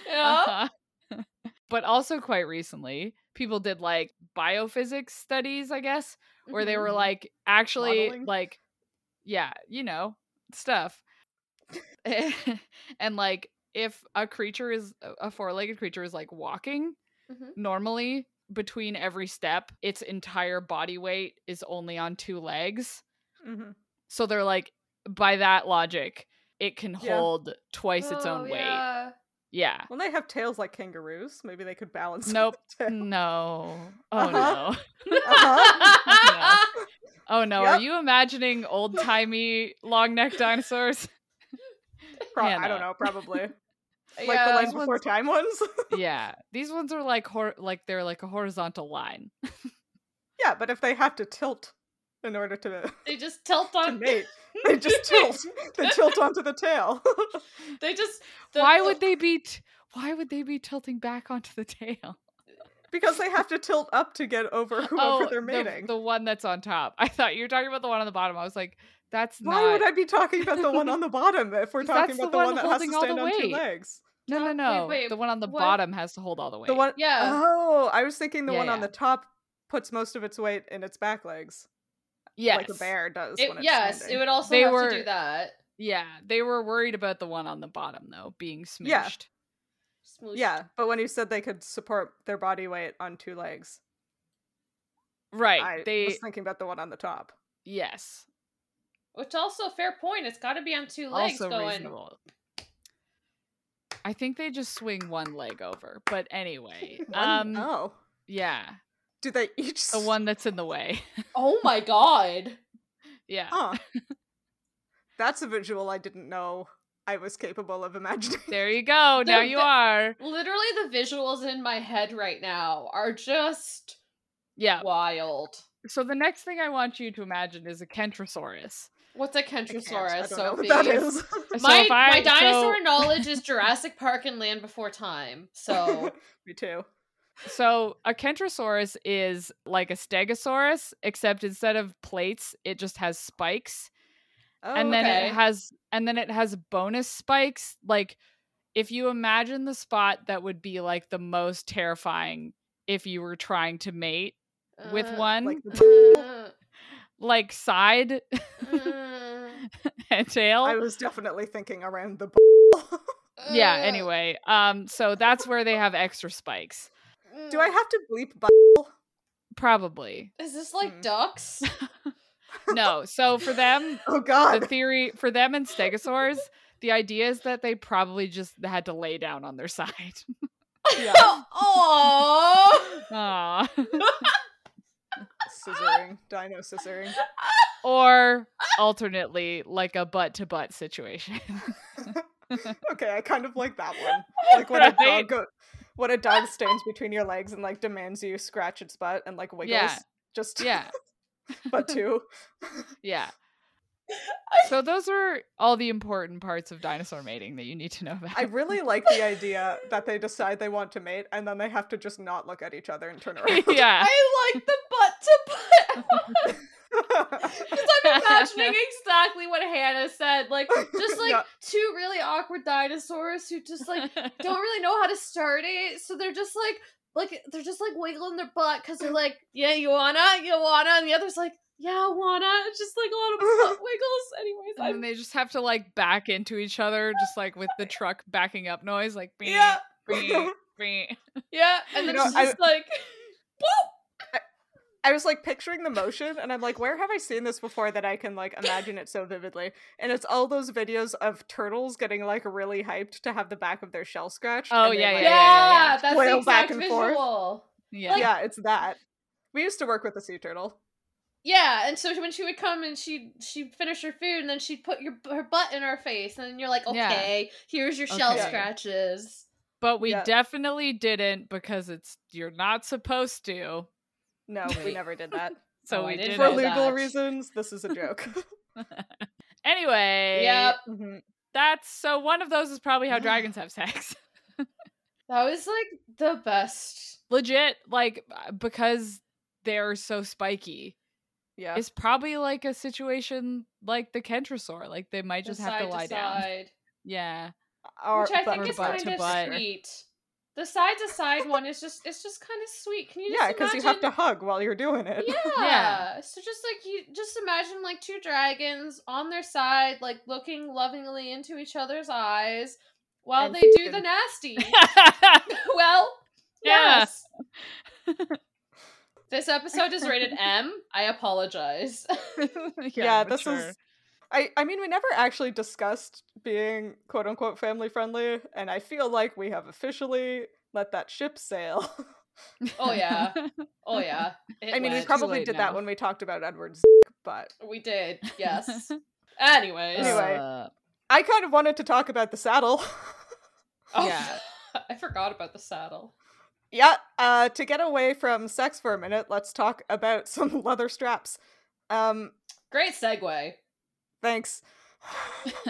Speaker 1: Yeah.
Speaker 2: uh-huh. but also quite recently, people did like biophysics studies, I guess, where they were
Speaker 1: Mhm.
Speaker 2: like actually
Speaker 3: Mm-hmm. Modeling?
Speaker 2: like yeah you know stuff Eh, and like if a creature is a- a four-legged creature is like walking
Speaker 1: Mhm.
Speaker 3: Mm-hmm.
Speaker 2: normally between every step its entire body weight is only on two legs Mm-hmm.
Speaker 3: Mhm.
Speaker 2: so they're like by that logic it can
Speaker 3: Yeah.
Speaker 2: hold twice its own
Speaker 1: Oh,
Speaker 2: weight
Speaker 1: yeah.
Speaker 2: yeah
Speaker 3: Well, they have tails like kangaroos. Maybe they could balance. on
Speaker 2: Nope.
Speaker 3: the tail.
Speaker 2: no oh
Speaker 3: Uh-huh.
Speaker 2: no
Speaker 3: Uh-huh.
Speaker 2: oh no
Speaker 3: Yep.
Speaker 2: are you imagining old-timey long-necked dinosaurs
Speaker 3: Pro- I
Speaker 2: Hannah.
Speaker 3: don't know. Probably like
Speaker 1: Yeah.
Speaker 3: the legs before time ones.
Speaker 2: yeah these ones are like hor- like they're like a horizontal line
Speaker 3: yeah, but if they have to tilt in order to, uh,
Speaker 1: They just tilt
Speaker 3: to
Speaker 1: on.
Speaker 3: mate, they just tilt. They tilt onto the tail.
Speaker 1: They just. the-
Speaker 2: why
Speaker 3: oh
Speaker 1: the-
Speaker 2: would they be t- why would they be tilting back onto the tail
Speaker 3: because they have to tilt up to get over whoever they're
Speaker 2: Oh, the,
Speaker 3: mating.
Speaker 2: the one that's on top i thought you were talking about the one on the bottom i was like that's
Speaker 3: Why
Speaker 2: not
Speaker 3: would I be talking about the one on the bottom if we're
Speaker 2: Because that's
Speaker 3: talking
Speaker 2: the
Speaker 3: about the
Speaker 2: one
Speaker 3: one, that has to
Speaker 2: holding all the
Speaker 3: stand on
Speaker 2: weight.
Speaker 3: two legs?
Speaker 2: no no
Speaker 1: Wait,
Speaker 2: no
Speaker 1: wait,
Speaker 2: the one on the
Speaker 1: what?
Speaker 2: bottom has to hold all the weight
Speaker 3: The one
Speaker 1: Yeah.
Speaker 3: Oh, I was thinking the
Speaker 2: Yeah,
Speaker 3: one on
Speaker 2: yeah.
Speaker 3: the top puts most of its weight in its back legs,
Speaker 2: yes
Speaker 3: like a bear does.
Speaker 1: It-
Speaker 3: when it's
Speaker 1: yes,
Speaker 3: standing.
Speaker 1: it would also
Speaker 2: They
Speaker 1: have
Speaker 2: were-
Speaker 1: to do that.
Speaker 2: yeah they were worried about the one on the bottom though being smooshed
Speaker 3: Yeah.
Speaker 1: Smooshed.
Speaker 3: Yeah, but when you said they could support their body weight on two legs,
Speaker 2: Right.
Speaker 3: I
Speaker 2: they
Speaker 3: was thinking about the one on the top.
Speaker 2: yes.
Speaker 1: Which also fair point. It's got to be on two legs
Speaker 2: also
Speaker 1: going.
Speaker 2: reasonable. I think they just swing one leg over. But anyway, um
Speaker 3: oh,
Speaker 2: yeah,
Speaker 3: do they each?
Speaker 2: the
Speaker 3: s-
Speaker 2: one that's in the way.
Speaker 1: Oh my god.
Speaker 2: yeah.
Speaker 1: Oh,
Speaker 3: Huh. That's a visual I didn't know I was capable of imagining.
Speaker 2: There you go. Now
Speaker 1: They're
Speaker 2: you
Speaker 1: ve-
Speaker 2: are.
Speaker 1: Literally the visuals in my head right now are just
Speaker 2: Yeah.
Speaker 1: wild.
Speaker 2: So the next thing I want you to imagine is a Kentrosaurus.
Speaker 1: What's a
Speaker 3: I can't,
Speaker 1: Kentrosaurus,
Speaker 3: I don't
Speaker 1: Sophie?
Speaker 3: know what that is.
Speaker 2: So
Speaker 1: My,
Speaker 2: if I-
Speaker 1: my
Speaker 2: so-
Speaker 1: dinosaur knowledge is Jurassic Park and Land Before Time. So
Speaker 3: Me too.
Speaker 2: So a Kentrosaurus is like a Stegosaurus, except instead of plates, it just has spikes,
Speaker 3: Oh,
Speaker 2: and then
Speaker 1: okay.
Speaker 2: it has and then it has bonus spikes. Like if you imagine the spot that would be like the most terrifying if you were trying to mate with
Speaker 1: uh,
Speaker 2: one, like,
Speaker 3: like the-
Speaker 1: uh,
Speaker 2: side
Speaker 1: uh,
Speaker 2: and tail.
Speaker 3: I was definitely thinking around the.
Speaker 2: yeah.
Speaker 1: uh,
Speaker 2: Anyway, um, so that's where they have extra spikes,
Speaker 3: Do I
Speaker 1: mm.
Speaker 3: have to bleep? By-
Speaker 2: probably.
Speaker 1: Is this like
Speaker 3: Hmm.
Speaker 1: ducks?
Speaker 2: No. So for them,
Speaker 3: oh
Speaker 2: the
Speaker 3: God!
Speaker 2: theory for them and stegosaurs the idea is that they probably just had to lay down on their side
Speaker 3: Yeah.
Speaker 1: Oh.
Speaker 2: Aw.
Speaker 3: scissoring, dino scissoring.
Speaker 2: or alternately like a butt to butt situation
Speaker 3: okay, I kind of like that one. Like when a
Speaker 2: Right?
Speaker 3: dog go- when a dog stands between your legs and like demands you scratch its butt and like wiggles.
Speaker 2: Yeah.
Speaker 3: Just
Speaker 2: yeah
Speaker 3: but two.
Speaker 2: yeah so those are all the important parts of dinosaur mating that you need to know about
Speaker 3: I really like the idea that they decide they want to mate and then they have to just not look at each other and turn around.
Speaker 2: yeah
Speaker 1: I like the butt to butt. Because I'm imagining exactly what Hannah said. Like, just like
Speaker 3: Yeah.
Speaker 1: two really awkward dinosaurs who just like don't really know how to start it. So they're just like, like they're just like wiggling their butt because they're like, yeah, you wanna, you wanna, and the other's like, yeah, I wanna. It's just like a lot of butt wiggles. Anyways,
Speaker 2: and then
Speaker 1: I'm
Speaker 2: they just have to like back into each other just like with the truck backing up noise like beep,
Speaker 1: yeah,
Speaker 2: beep, beep.
Speaker 1: yeah, and
Speaker 3: You
Speaker 1: then
Speaker 3: know,
Speaker 1: she's
Speaker 3: I-
Speaker 1: just like,
Speaker 3: I was like picturing the motion and I'm like, where have I seen this before that I can like imagine it so vividly? And it's all those videos of turtles getting like really hyped to have the back of their shell scratched.
Speaker 2: Oh,
Speaker 3: and they,
Speaker 2: yeah,
Speaker 1: yeah,
Speaker 3: like-
Speaker 2: yeah.
Speaker 1: that's the
Speaker 3: Flail
Speaker 1: exact
Speaker 3: back and forth.
Speaker 1: visual.
Speaker 2: yeah
Speaker 3: yeah, it's that. We used to work with the sea turtle.
Speaker 1: Yeah, and so when she would come and she she'd finish her food and then she'd put your her butt in our face and then you're like,
Speaker 2: Yeah.
Speaker 1: okay, here's your shell
Speaker 2: Okay.
Speaker 1: scratches.
Speaker 2: But we
Speaker 3: Yeah.
Speaker 2: definitely didn't because it's you're not supposed to.
Speaker 3: No, we
Speaker 2: Wait.
Speaker 3: never did that.
Speaker 2: So
Speaker 1: Oh, I
Speaker 2: we
Speaker 1: didn't
Speaker 2: did
Speaker 3: For
Speaker 1: know
Speaker 2: not
Speaker 3: legal
Speaker 1: that.
Speaker 3: reasons, this is a joke.
Speaker 2: Anyway,
Speaker 1: Yep,
Speaker 3: Mhm.
Speaker 2: that's so one of those is probably how dragons have sex.
Speaker 1: that was like the best.
Speaker 2: Legit, like uh, because they're so spiky.
Speaker 3: Yeah.
Speaker 2: It's probably like a situation like the Kentrosaur. Like they might just
Speaker 1: the
Speaker 2: have to
Speaker 1: side
Speaker 2: lie down.
Speaker 1: side,
Speaker 2: Yeah.
Speaker 3: Our
Speaker 1: which I
Speaker 3: butt
Speaker 1: think
Speaker 2: to
Speaker 1: is
Speaker 2: butt
Speaker 1: kind
Speaker 2: to
Speaker 1: of
Speaker 2: butt.
Speaker 1: sweet. The side to side one is just it's just kind of sweet. Can you just
Speaker 3: yeah, because you have to
Speaker 1: imagine-
Speaker 3: hug while you're doing it.
Speaker 1: Yeah.
Speaker 2: Yeah.
Speaker 1: So just like you just imagine like two dragons on their side, like looking lovingly into each other's eyes while
Speaker 3: And
Speaker 1: they do the
Speaker 3: fucking-
Speaker 1: nasty. well,
Speaker 2: Yeah.
Speaker 1: yes. this episode is rated M. I apologize.
Speaker 2: yeah,
Speaker 3: Yeah, this
Speaker 2: mature.
Speaker 3: is. I, I mean, we never actually discussed being quote unquote family friendly, and I feel like we have officially let that ship sail.
Speaker 1: Oh, yeah. Oh yeah. It
Speaker 3: I mean, we
Speaker 1: went.
Speaker 2: Too
Speaker 3: probably
Speaker 2: late
Speaker 3: did
Speaker 2: now.
Speaker 3: that when we talked about Edward's, but
Speaker 1: we did. Yes. Anyways.
Speaker 3: Anyway.
Speaker 2: Uh,
Speaker 3: I kind of wanted to talk about the saddle.
Speaker 1: Oh,
Speaker 2: Yeah.
Speaker 1: I forgot about the saddle.
Speaker 3: Yeah, uh, to get away from sex for a minute, let's talk about some leather straps. Um,
Speaker 1: Great segue.
Speaker 3: thanks.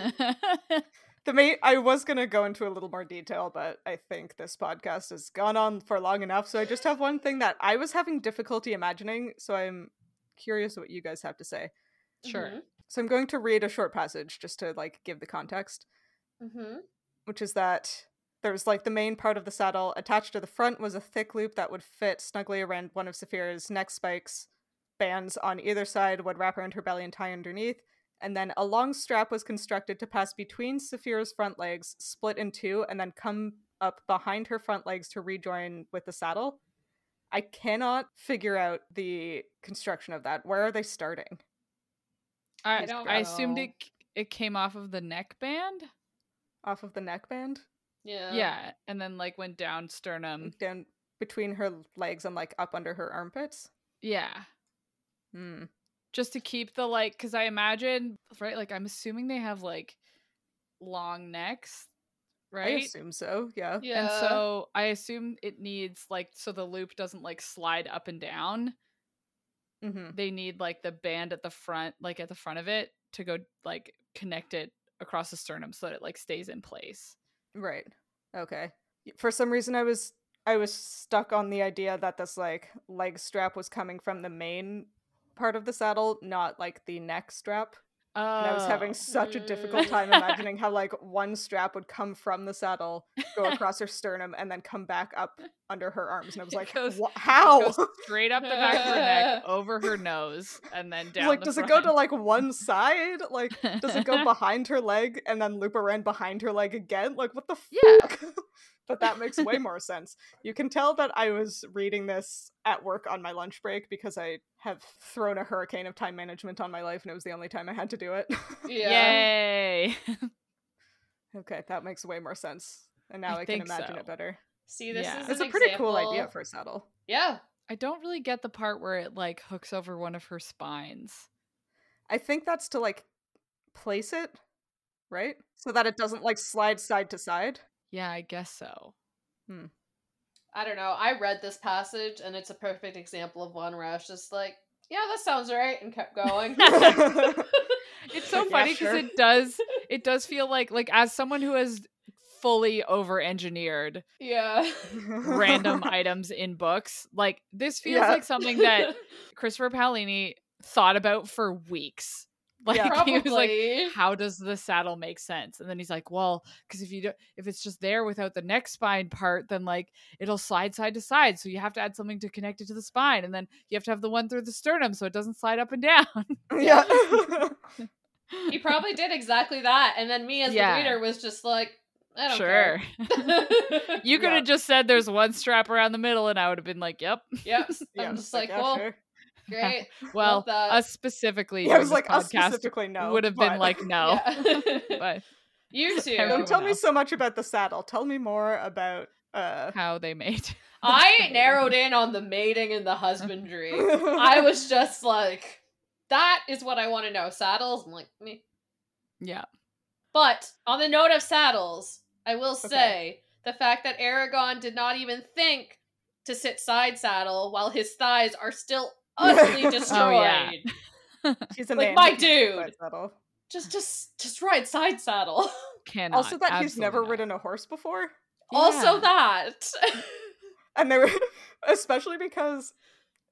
Speaker 3: The mate, I was gonna go into a little more detail, but I think this podcast has gone on for long enough. So I just have one thing that I was having difficulty imagining. So I'm curious what you guys have to say.
Speaker 2: sure.
Speaker 3: So I'm going to read a short passage just to like give the context.
Speaker 1: Mm-hmm.
Speaker 3: which is that there was like the main part of the saddle attached to the front was a thick loop that would fit snugly around one of Saphira's neck spikes. Bands on either side would wrap around her belly and tie underneath, and then a long strap was constructed to pass between Saphira's front legs, split in two, and then come up behind her front legs to rejoin with the saddle. I cannot figure out the construction of that. Where are they starting?
Speaker 2: I
Speaker 1: I don't
Speaker 2: I assumed
Speaker 1: know.
Speaker 2: it c- it came off of the neck band.
Speaker 3: Off of the neckband? Uh.
Speaker 1: Yeah.
Speaker 2: Yeah, and then like went down sternum.
Speaker 3: Down between her legs and like up under her armpits?
Speaker 2: Yeah.
Speaker 3: Hmm.
Speaker 2: Just to keep the like cuz I imagine, right? Like I'm assuming they have like long necks,
Speaker 3: I
Speaker 2: right?
Speaker 3: assume so, yeah.
Speaker 1: Yeah.
Speaker 2: And so I assume it needs like so the loop doesn't like slide up and down.
Speaker 3: Mm-hmm.
Speaker 2: They need like the band at the front, like at the front of it to go like connect it across the sternum so that it like stays in place.
Speaker 3: Right. Okay. Y- For some reason I was I was stuck on the idea that this like leg strap was coming from the main part of the saddle, not like the neck strap.
Speaker 2: Oh.
Speaker 3: And I was having such a difficult time
Speaker 2: Mm.
Speaker 3: imagining how like one strap would come from the saddle, go across her sternum, and then come back up under her arms. And I was
Speaker 2: It
Speaker 3: like,
Speaker 2: goes-
Speaker 3: "Wha-
Speaker 2: Oh, It
Speaker 3: how?
Speaker 2: goes straight up the back of her neck, over her nose, and then down.
Speaker 3: like,
Speaker 2: the
Speaker 3: does it go to
Speaker 2: front.
Speaker 3: like one side? Like, does it go behind her leg and then loop around behind her leg again? Like, what the
Speaker 2: Yeah.
Speaker 3: fuck? but that makes way more sense. You can tell that I was reading this at work on my lunch break because I have thrown a hurricane of time management on my life, and it was the only time I had to do it.
Speaker 1: Yeah.
Speaker 2: Yay!
Speaker 3: okay, that makes way more sense. And now
Speaker 2: I
Speaker 3: I, can
Speaker 2: think
Speaker 3: imagine
Speaker 2: so.
Speaker 3: it better.
Speaker 1: See, this
Speaker 2: Yeah.
Speaker 1: is
Speaker 3: It's a
Speaker 1: an
Speaker 3: pretty cool idea
Speaker 1: example-
Speaker 3: for a saddle.
Speaker 1: Yeah.
Speaker 2: I don't really get the part where it like hooks over one of her spines.
Speaker 3: I think that's to like place it, right? So that it doesn't like slide side to side.
Speaker 2: Yeah, I guess so.
Speaker 1: I don't know. I read this passage and it's a perfect example of one where I was just like, yeah, that sounds right, and kept going.
Speaker 2: It's so
Speaker 3: Yeah,
Speaker 2: funny because
Speaker 3: sure.
Speaker 2: it does it does feel like like as someone who has fully over engineered
Speaker 1: yeah.
Speaker 2: random items in books, like this feels
Speaker 3: Yeah.
Speaker 2: like something that Christopher Paolini thought about for weeks. Like
Speaker 3: Yeah.
Speaker 2: he was like,
Speaker 1: probably.
Speaker 2: how does the saddle make sense and then he's like well because if you do if it's just there without the neck spine part then like it'll slide side to side so you have to add something to connect it to the spine and then you have to have the one through the sternum so it doesn't slide up and down
Speaker 3: yeah.
Speaker 1: he probably did exactly that, and then me as
Speaker 2: Yeah.
Speaker 1: the reader was just like, I don't
Speaker 2: sure
Speaker 1: care.
Speaker 2: you could
Speaker 3: Yeah.
Speaker 2: have just said there's one strap around the middle and i would have been like yep
Speaker 1: yep.
Speaker 3: Yeah,
Speaker 1: I'm just
Speaker 3: it's
Speaker 1: like, well,
Speaker 3: sure.
Speaker 1: great.
Speaker 2: well
Speaker 1: Love that.
Speaker 2: us specifically
Speaker 3: yeah, I was
Speaker 2: doing
Speaker 3: like, us
Speaker 2: this podcast
Speaker 3: specifically, no.
Speaker 2: would have been
Speaker 3: but-
Speaker 2: like no
Speaker 1: Yeah.
Speaker 2: but
Speaker 1: you too.
Speaker 2: Don't
Speaker 3: Don't tell me
Speaker 2: else.
Speaker 3: so much about the saddle. Tell me more about. Uh...
Speaker 2: how they made
Speaker 1: I narrowed in on the mating and the husbandry. I was just like, that is what I want to know. Saddles, I'm like me.
Speaker 2: yeah
Speaker 1: But on the note of saddles, I will
Speaker 3: Okay.
Speaker 1: say the fact that Aragon did not even think to sit side saddle while his thighs are still utterly
Speaker 3: Oh,
Speaker 1: destroyed.
Speaker 2: yeah.
Speaker 3: He's a
Speaker 1: like,
Speaker 3: man,
Speaker 1: my
Speaker 3: he can't sit by
Speaker 1: dude.
Speaker 3: saddle.
Speaker 1: Just, just, just ride side saddle.
Speaker 2: cannot
Speaker 3: Also, that he's
Speaker 2: Absolutely
Speaker 3: never
Speaker 2: not.
Speaker 3: ridden a horse before,
Speaker 1: Also
Speaker 2: Yeah.
Speaker 1: that.
Speaker 3: and they were especially because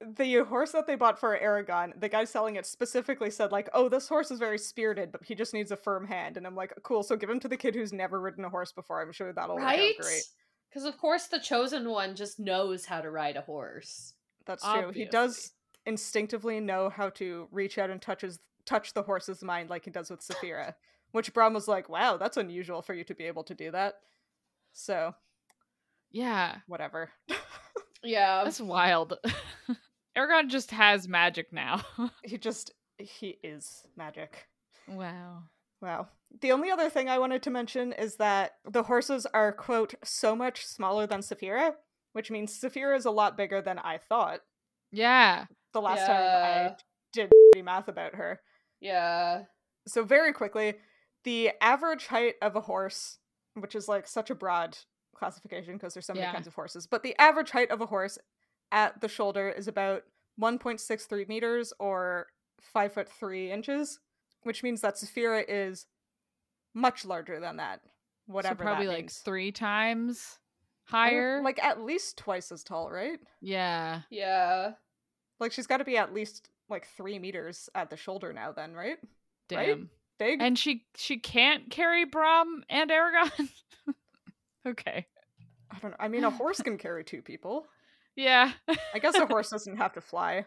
Speaker 3: the horse that they bought for Aragon, the guy selling it specifically said like, "Oh, this horse is very spirited, but he just needs a firm hand." And I'm like, "Cool, so give him to the kid who's never ridden a horse before. I'm sure that'll
Speaker 1: right?
Speaker 3: work out Oh, great."
Speaker 1: Because of course the chosen one just knows how to ride a horse.
Speaker 3: That's true. He does instinctively know how to reach out and touches touch the horse's mind like he does with Saphira, which Brahm was like, "Wow, that's unusual for you to be able to do that." So
Speaker 2: yeah
Speaker 3: whatever.
Speaker 1: Yeah.
Speaker 2: That's wild. Aragon just has magic now.
Speaker 3: He just he is magic.
Speaker 2: wow.
Speaker 3: Wow. The only other thing I wanted to mention is that the horses are quote so much smaller than Saphira, which means Saphira is a lot bigger than I thought
Speaker 2: Yeah.
Speaker 3: the last time I
Speaker 1: Yeah.
Speaker 3: did math about her.
Speaker 1: yeah.
Speaker 3: so very quickly, the average height of a horse, which is like such a broad classification because there's so many
Speaker 2: Yeah.
Speaker 3: kinds of horses, but the average height of a horse at the shoulder is about 1.63 meters or five foot three inches, which means that Saphira is much larger than that. Whatever,
Speaker 2: so probably
Speaker 3: that
Speaker 2: like
Speaker 3: means.
Speaker 2: three times
Speaker 3: I would-
Speaker 2: higher.
Speaker 3: like at least twice as tall, right?
Speaker 2: yeah.
Speaker 1: Yeah.
Speaker 3: Like she's got to be at least like three meters at the shoulder now, then, right? Right?
Speaker 2: Damn.
Speaker 3: Big.
Speaker 2: And she she can't carry Brom and Aragon. okay.
Speaker 3: I don't know. I mean, a horse can carry two people.
Speaker 2: Yeah.
Speaker 3: I guess a horse doesn't have to fly.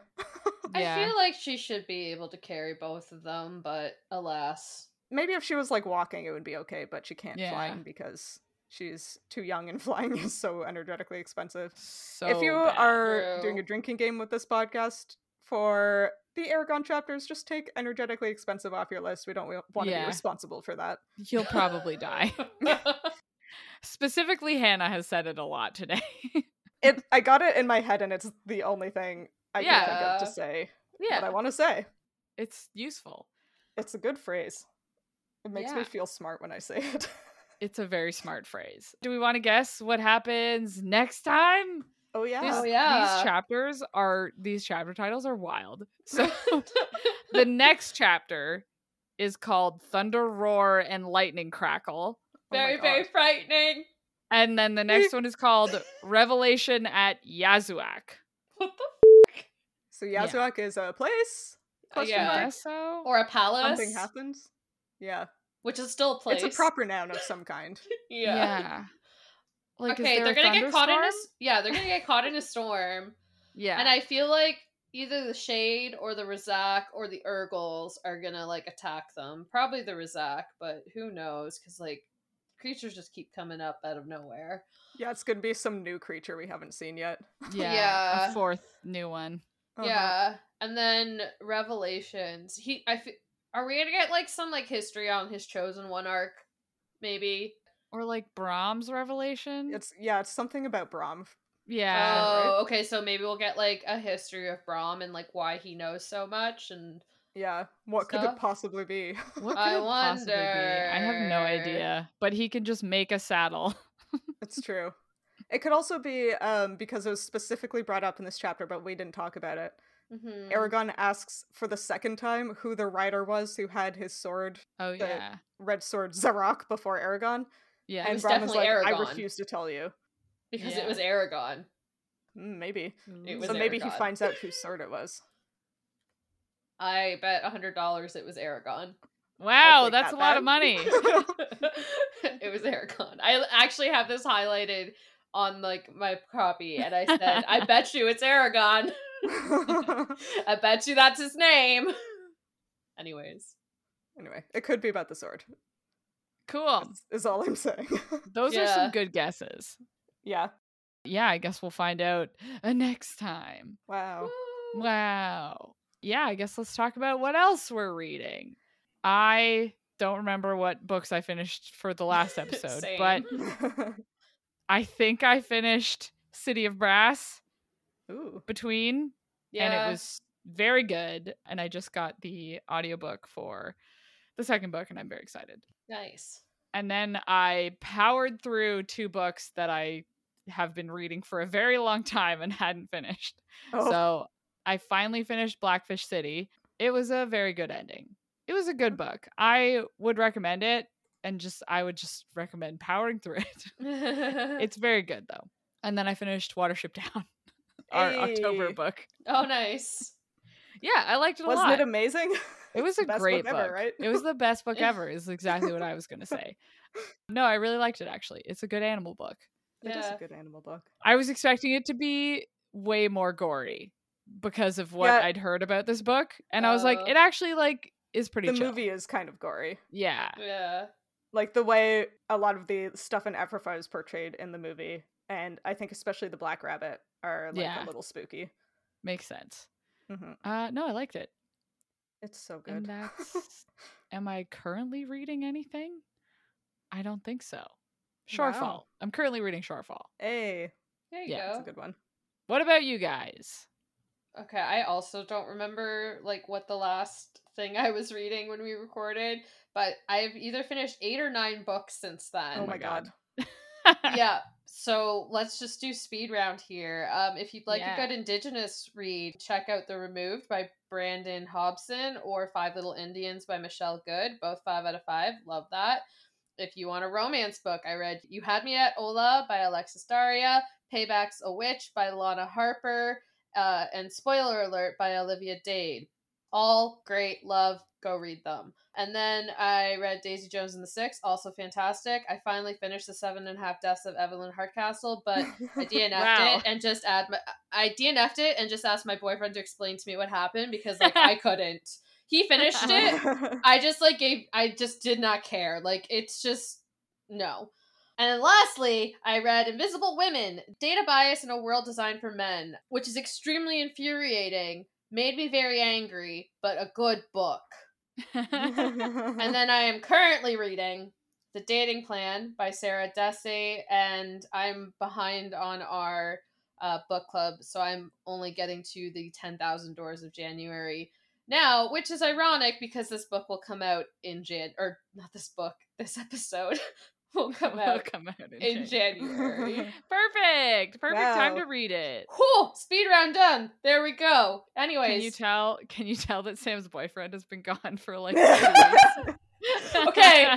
Speaker 2: yeah.
Speaker 1: I feel like she should be able to carry both of them, but alas.
Speaker 3: Maybe if she was like walking, it would be okay, but she can't
Speaker 2: Yeah.
Speaker 3: fly because She's too young and flying is so energetically expensive.
Speaker 2: So
Speaker 3: if you
Speaker 2: bad.
Speaker 3: are doing
Speaker 1: True.
Speaker 3: a drinking game with this podcast for the Aragon chapters, just take energetically expensive off your list. We don't want to
Speaker 2: Yeah.
Speaker 3: be responsible for that.
Speaker 2: you'll probably die. Oh Specifically, Hannah has said it a lot today.
Speaker 3: It I got it in my head and it's the only thing I can think of to
Speaker 1: Yeah.
Speaker 3: say what I
Speaker 2: yeah,
Speaker 3: want to say.
Speaker 2: it's useful.
Speaker 3: It's a good phrase. It makes
Speaker 2: Yeah.
Speaker 3: me feel smart when I say it.
Speaker 2: It's a very smart phrase. Do we want to guess what happens next time?
Speaker 3: oh yeah.
Speaker 2: These-
Speaker 1: Oh, yeah.
Speaker 2: These chapters are these chapter titles are wild. So the next chapter is called Thunder Roar and Lightning Crackle.
Speaker 3: Oh my
Speaker 1: very,
Speaker 3: God.
Speaker 1: very frightening.
Speaker 2: And then the next one is called Revelation at Yazuak.
Speaker 1: What
Speaker 2: Uh,
Speaker 1: the
Speaker 3: So
Speaker 2: Yeah.
Speaker 3: Yazuak is a place. Question
Speaker 1: yeah.
Speaker 3: mark.
Speaker 2: Guess so?
Speaker 1: f- or a palace,
Speaker 3: Something happens. Yeah.
Speaker 1: which is still a place.
Speaker 3: It's a proper noun of some kind.
Speaker 1: Yeah.
Speaker 2: Like, is
Speaker 1: okay,
Speaker 2: there
Speaker 1: they're
Speaker 2: a
Speaker 1: gonna get caught in a
Speaker 2: thunderstorm?
Speaker 1: s- yeah, they're gonna get caught in a storm,
Speaker 2: Yeah.
Speaker 1: and I feel like either the shade or the Razak or the Urgles are gonna like attack them. Probably the Razak, but who knows? Because like creatures just keep coming up out of nowhere.
Speaker 3: Yeah, it's gonna be some new creature we haven't seen yet.
Speaker 2: yeah.
Speaker 1: Yeah.
Speaker 2: A fourth new one.
Speaker 3: Uh-huh.
Speaker 1: Yeah, and then Revelations. He, I fe- are we gonna get like some like history on his chosen one arc, maybe?
Speaker 2: Or like Brahms Revelation.
Speaker 3: It's yeah, it's something about Brahm.
Speaker 2: yeah.
Speaker 3: right?
Speaker 1: Oh, okay. So maybe we'll get like a history of Brahm and like why he knows so much and
Speaker 3: Yeah. What could
Speaker 1: Stuff.
Speaker 3: it possibly be?
Speaker 2: what could
Speaker 1: I
Speaker 2: it possibly be? I have no
Speaker 1: wonder.
Speaker 2: idea. But he can just make a saddle.
Speaker 3: it's true. It could also be um, because it was specifically brought up in this chapter, but we didn't talk about it.
Speaker 2: Mm-hmm.
Speaker 1: Mhm.
Speaker 3: Aragon asks for the second time who the rider was who had his sword,
Speaker 2: Oh yeah.
Speaker 3: red sword Zarok, before Aragon.
Speaker 2: Yeah.
Speaker 3: And
Speaker 1: was
Speaker 3: Brahm is like,
Speaker 1: definitely
Speaker 3: I
Speaker 1: Aragon."
Speaker 3: refuse to tell you.
Speaker 1: because
Speaker 2: Yeah.
Speaker 1: it was Aragon.
Speaker 3: Mm, maybe.
Speaker 1: It was
Speaker 3: so maybe he
Speaker 1: Aragon.
Speaker 3: finds out whose sword it was.
Speaker 1: I bet a hundred dollars it was Aragon.
Speaker 2: Wow,
Speaker 3: take
Speaker 2: that's
Speaker 3: that
Speaker 2: a lot of
Speaker 3: back.
Speaker 2: money.
Speaker 1: it was Aragon. I actually have this highlighted on like my copy, and I said, "I bet you it's Aragon. I bet you that's his name." Anyways,
Speaker 3: anyway, it could be about the sword.
Speaker 2: cool.
Speaker 3: is- Is all I'm saying.
Speaker 2: Those are
Speaker 1: Yeah.
Speaker 2: some good guesses.
Speaker 3: yeah.
Speaker 2: Yeah, I guess we'll find out uh, next time.
Speaker 3: Wow.
Speaker 1: Woo.
Speaker 2: Wow. Yeah, I guess let's talk about what else we're reading. I don't remember what books I finished for the last episode,
Speaker 1: Same.
Speaker 2: but I think I finished City of Brass
Speaker 3: Ooh.
Speaker 2: between and
Speaker 1: yeah,
Speaker 2: it was very good and I just got the audiobook for the second book and I'm very excited.
Speaker 1: nice.
Speaker 2: and then I powered through two books that I have been reading for a very long time and hadn't finished.
Speaker 3: Oh.
Speaker 2: So I finally finished Blackfish City. It was a very good ending. It was a good
Speaker 3: Mm-hmm.
Speaker 2: book. I would recommend it and just I would just recommend powering through it.
Speaker 1: it's
Speaker 2: It's very good though. And then I finished Watership Down, our October
Speaker 3: Hey.
Speaker 2: book.
Speaker 1: oh nice.
Speaker 2: Yeah, I liked it a
Speaker 3: Wasn't
Speaker 2: lot.
Speaker 3: it amazing?
Speaker 2: It was
Speaker 3: the
Speaker 2: a
Speaker 3: best
Speaker 2: great
Speaker 3: book
Speaker 2: book.
Speaker 3: ever, right?
Speaker 2: It was the best book ever. Is exactly what I was going to say. No, I really liked it actually. It's a good animal book.
Speaker 3: It is
Speaker 1: Yeah.
Speaker 3: a good animal book.
Speaker 2: I was expecting it to be way more gory because of what
Speaker 3: Yeah. Uh.
Speaker 2: I'd heard about this book, and I was like,
Speaker 1: Oh.
Speaker 2: it actually like is pretty.
Speaker 3: The
Speaker 2: chill.
Speaker 3: movie is kind of gory.
Speaker 2: yeah,
Speaker 1: Yeah.
Speaker 3: Like the way a lot of the stuff in Ephrafa is portrayed in the movie, and I think especially the Black Rabbit are like
Speaker 2: Yeah.
Speaker 3: a little spooky.
Speaker 2: makes sense.
Speaker 3: hmm
Speaker 2: Uh, no, I liked it.
Speaker 3: It's so
Speaker 2: And
Speaker 3: good.
Speaker 2: that's. am I currently reading anything? I don't think so. Shorefall.
Speaker 3: Wow.
Speaker 2: I'm currently reading Shorefall.
Speaker 3: hey,
Speaker 1: There you
Speaker 2: Yeah,
Speaker 1: go.
Speaker 3: that's a good one.
Speaker 2: What about you guys?
Speaker 1: Okay, I also don't remember like what the last thing I was reading when we recorded, but I've either finished 8 or 9 books since then.
Speaker 3: Oh, my god.
Speaker 1: yeah. So, let's just do speed round here. Um if you'd like
Speaker 2: Yeah.
Speaker 1: a good indigenous read, check out The Removed by Brandon Hobson or Five Little Indians by Michelle Good, both 5 out of 5. Love that. If you want a romance book, I read You Had Me at Ola by Alexis Daria, Payback's a Witch by Lana Harper, uh, and Spoiler Alert by Olivia Dade. All great, love, go read them. And then I read Daisy Jones and the Six, also fantastic. I finally finished The Seven and a Half Deaths of Evelyn Hardcastle, but I DNF'd
Speaker 2: Wow.
Speaker 1: it and just add my, I DNF'd it and just asked my boyfriend to explain to me what happened because like I couldn't. He finished it. I just like gave I just did not care. Like it's just no. And then lastly, I read Invisible Women Data Bias in a World Designed for Men, which is extremely infuriating, made me very angry, but a good book. and then I am currently reading The Dating Plan by Sarah Dessy, and I'm behind on our uh, book club, so I'm only getting to the 10,000 Doors of January now, which is ironic because this book will come out in Jan, or not this book, this episode will come
Speaker 2: It'll
Speaker 1: out
Speaker 2: come out in,
Speaker 1: in
Speaker 2: January.
Speaker 1: January.
Speaker 2: Perfect. Perfect time to
Speaker 3: Wow.
Speaker 2: read it.
Speaker 1: Whew, speed round done. There we go.
Speaker 2: Can you
Speaker 1: Anyways,
Speaker 2: tell? Can you tell that Sam's boyfriend has been gone for like? two weeks?
Speaker 1: Okay,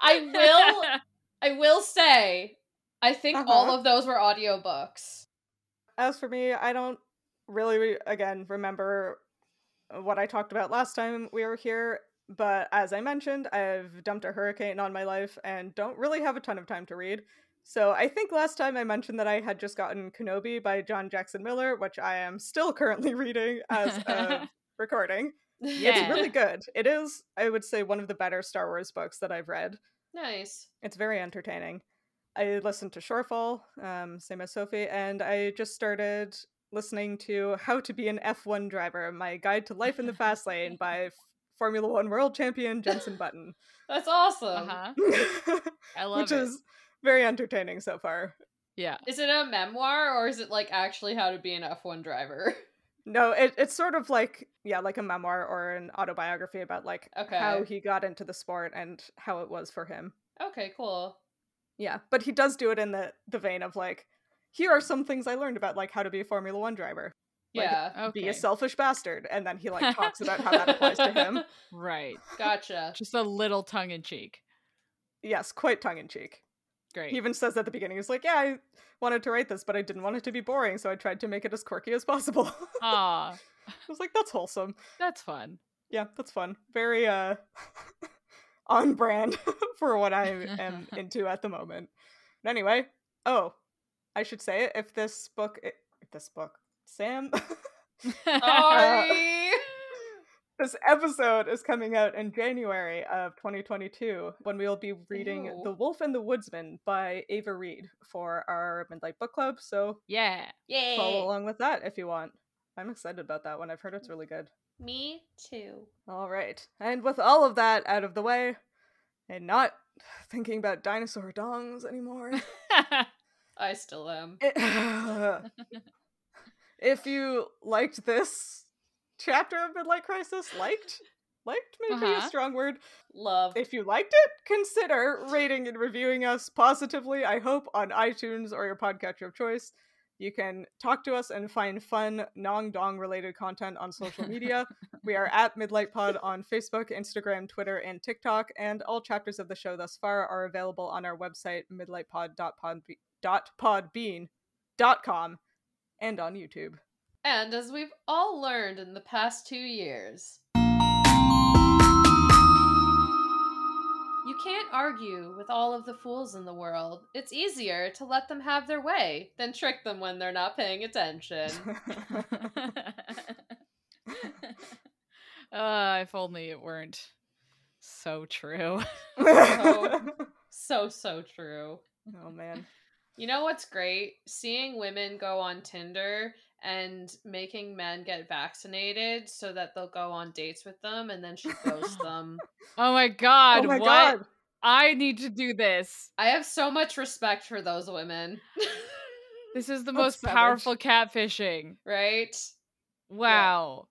Speaker 1: I will
Speaker 3: um,
Speaker 1: I will say I think all
Speaker 3: Uh-huh.
Speaker 1: of those were audiobooks.
Speaker 3: As for me, I don't really, re- again, remember what I talked about last time we were here, but as I mentioned, I've dumped a hurricane on my life and don't really have a ton of time to read. So I think last time I mentioned that I had just gotten Kenobi by John Jackson Miller, which I am still currently reading as of recording. It's
Speaker 2: Yeah.
Speaker 3: really good. It is, I would say, one of the better Star Wars books that I've read.
Speaker 1: nice.
Speaker 3: It's very entertaining. I listened to Shorefall, um, same as Sophie, and I just started listening to How to Be an F1 Driver, My Guide to Life in the Fast Lane by F- Formula One World Champion Jenson Button,
Speaker 1: That's awesome.
Speaker 2: Uh-huh.
Speaker 3: which
Speaker 2: I love it.
Speaker 3: is very entertaining so far.
Speaker 2: yeah.
Speaker 1: Is it a memoir or is it like actually how to be an F1 driver?
Speaker 3: No, it, it's sort of like, yeah, like a memoir or an autobiography about like how
Speaker 1: Okay.
Speaker 3: he got into the sport and how it was for him.
Speaker 1: Okay, cool.
Speaker 3: Yeah, but he does do it in the, the vein of like, here are some things I learned about like how to be a Formula One driver. Like,
Speaker 1: Yeah.
Speaker 2: Okay.
Speaker 3: be a selfish bastard and then he like talks about how that applies to him
Speaker 2: Right.
Speaker 1: gotcha.
Speaker 2: Just a little tongue in cheek.
Speaker 3: yes quite tongue-in-cheek
Speaker 2: Great.
Speaker 3: he even says at the beginning he's like yeah i wanted to write this but i didn't want it to be boring so i tried to make it as quirky as possible i
Speaker 2: Ah,
Speaker 3: was like that's wholesome
Speaker 2: that's fun.
Speaker 3: yeah that's fun very uh on brand for what i am into at the moment but anyway oh i should say it if this book if this book sam
Speaker 1: Sorry.
Speaker 3: this episode is coming out in January of 2022 when we will be reading
Speaker 1: Ew.
Speaker 3: The Wolf and the Woodsman by Ava Reed for our Midnight Book Club. So
Speaker 2: yeah.
Speaker 1: Yay.
Speaker 3: follow along with that if you want. I'm excited about that one. I've heard it's really good.
Speaker 1: Me too.
Speaker 3: All right. And with all of that out of the way and not thinking about dinosaur dongs anymore.
Speaker 1: I still am.
Speaker 3: It- if you liked this chapter of Midlight Crisis, liked, liked maybe
Speaker 2: Uh-huh.
Speaker 3: a strong word.
Speaker 1: Love.
Speaker 3: If you liked it, consider rating and reviewing us positively, I hope, on iTunes or your podcatcher of choice. You can talk to us and find fun, non dong related content on social media. we are at Midlight Pod on Facebook, Instagram, Twitter, and TikTok, and all chapters of the show thus far are available on our website, midlightpod.podbean.com, and on YouTube.
Speaker 1: And as we've all learned in the past two years, you can't argue with all of the fools in the world. It's easier to let them have their way than trick them when they're not paying attention.
Speaker 2: Ah, if only it weren't so true. Oh.
Speaker 1: so, so true.
Speaker 3: oh man.
Speaker 1: You know what's great? Seeing women go on Tinder and making men get vaccinated so that they'll go on dates with them and then she ghosts them.
Speaker 2: Oh my god,
Speaker 3: oh my
Speaker 2: what?
Speaker 3: god.
Speaker 2: I need to do this.
Speaker 1: I have so much respect for those women.
Speaker 2: This is the most
Speaker 3: That's
Speaker 2: powerful catfishing.
Speaker 1: right?
Speaker 2: Wow.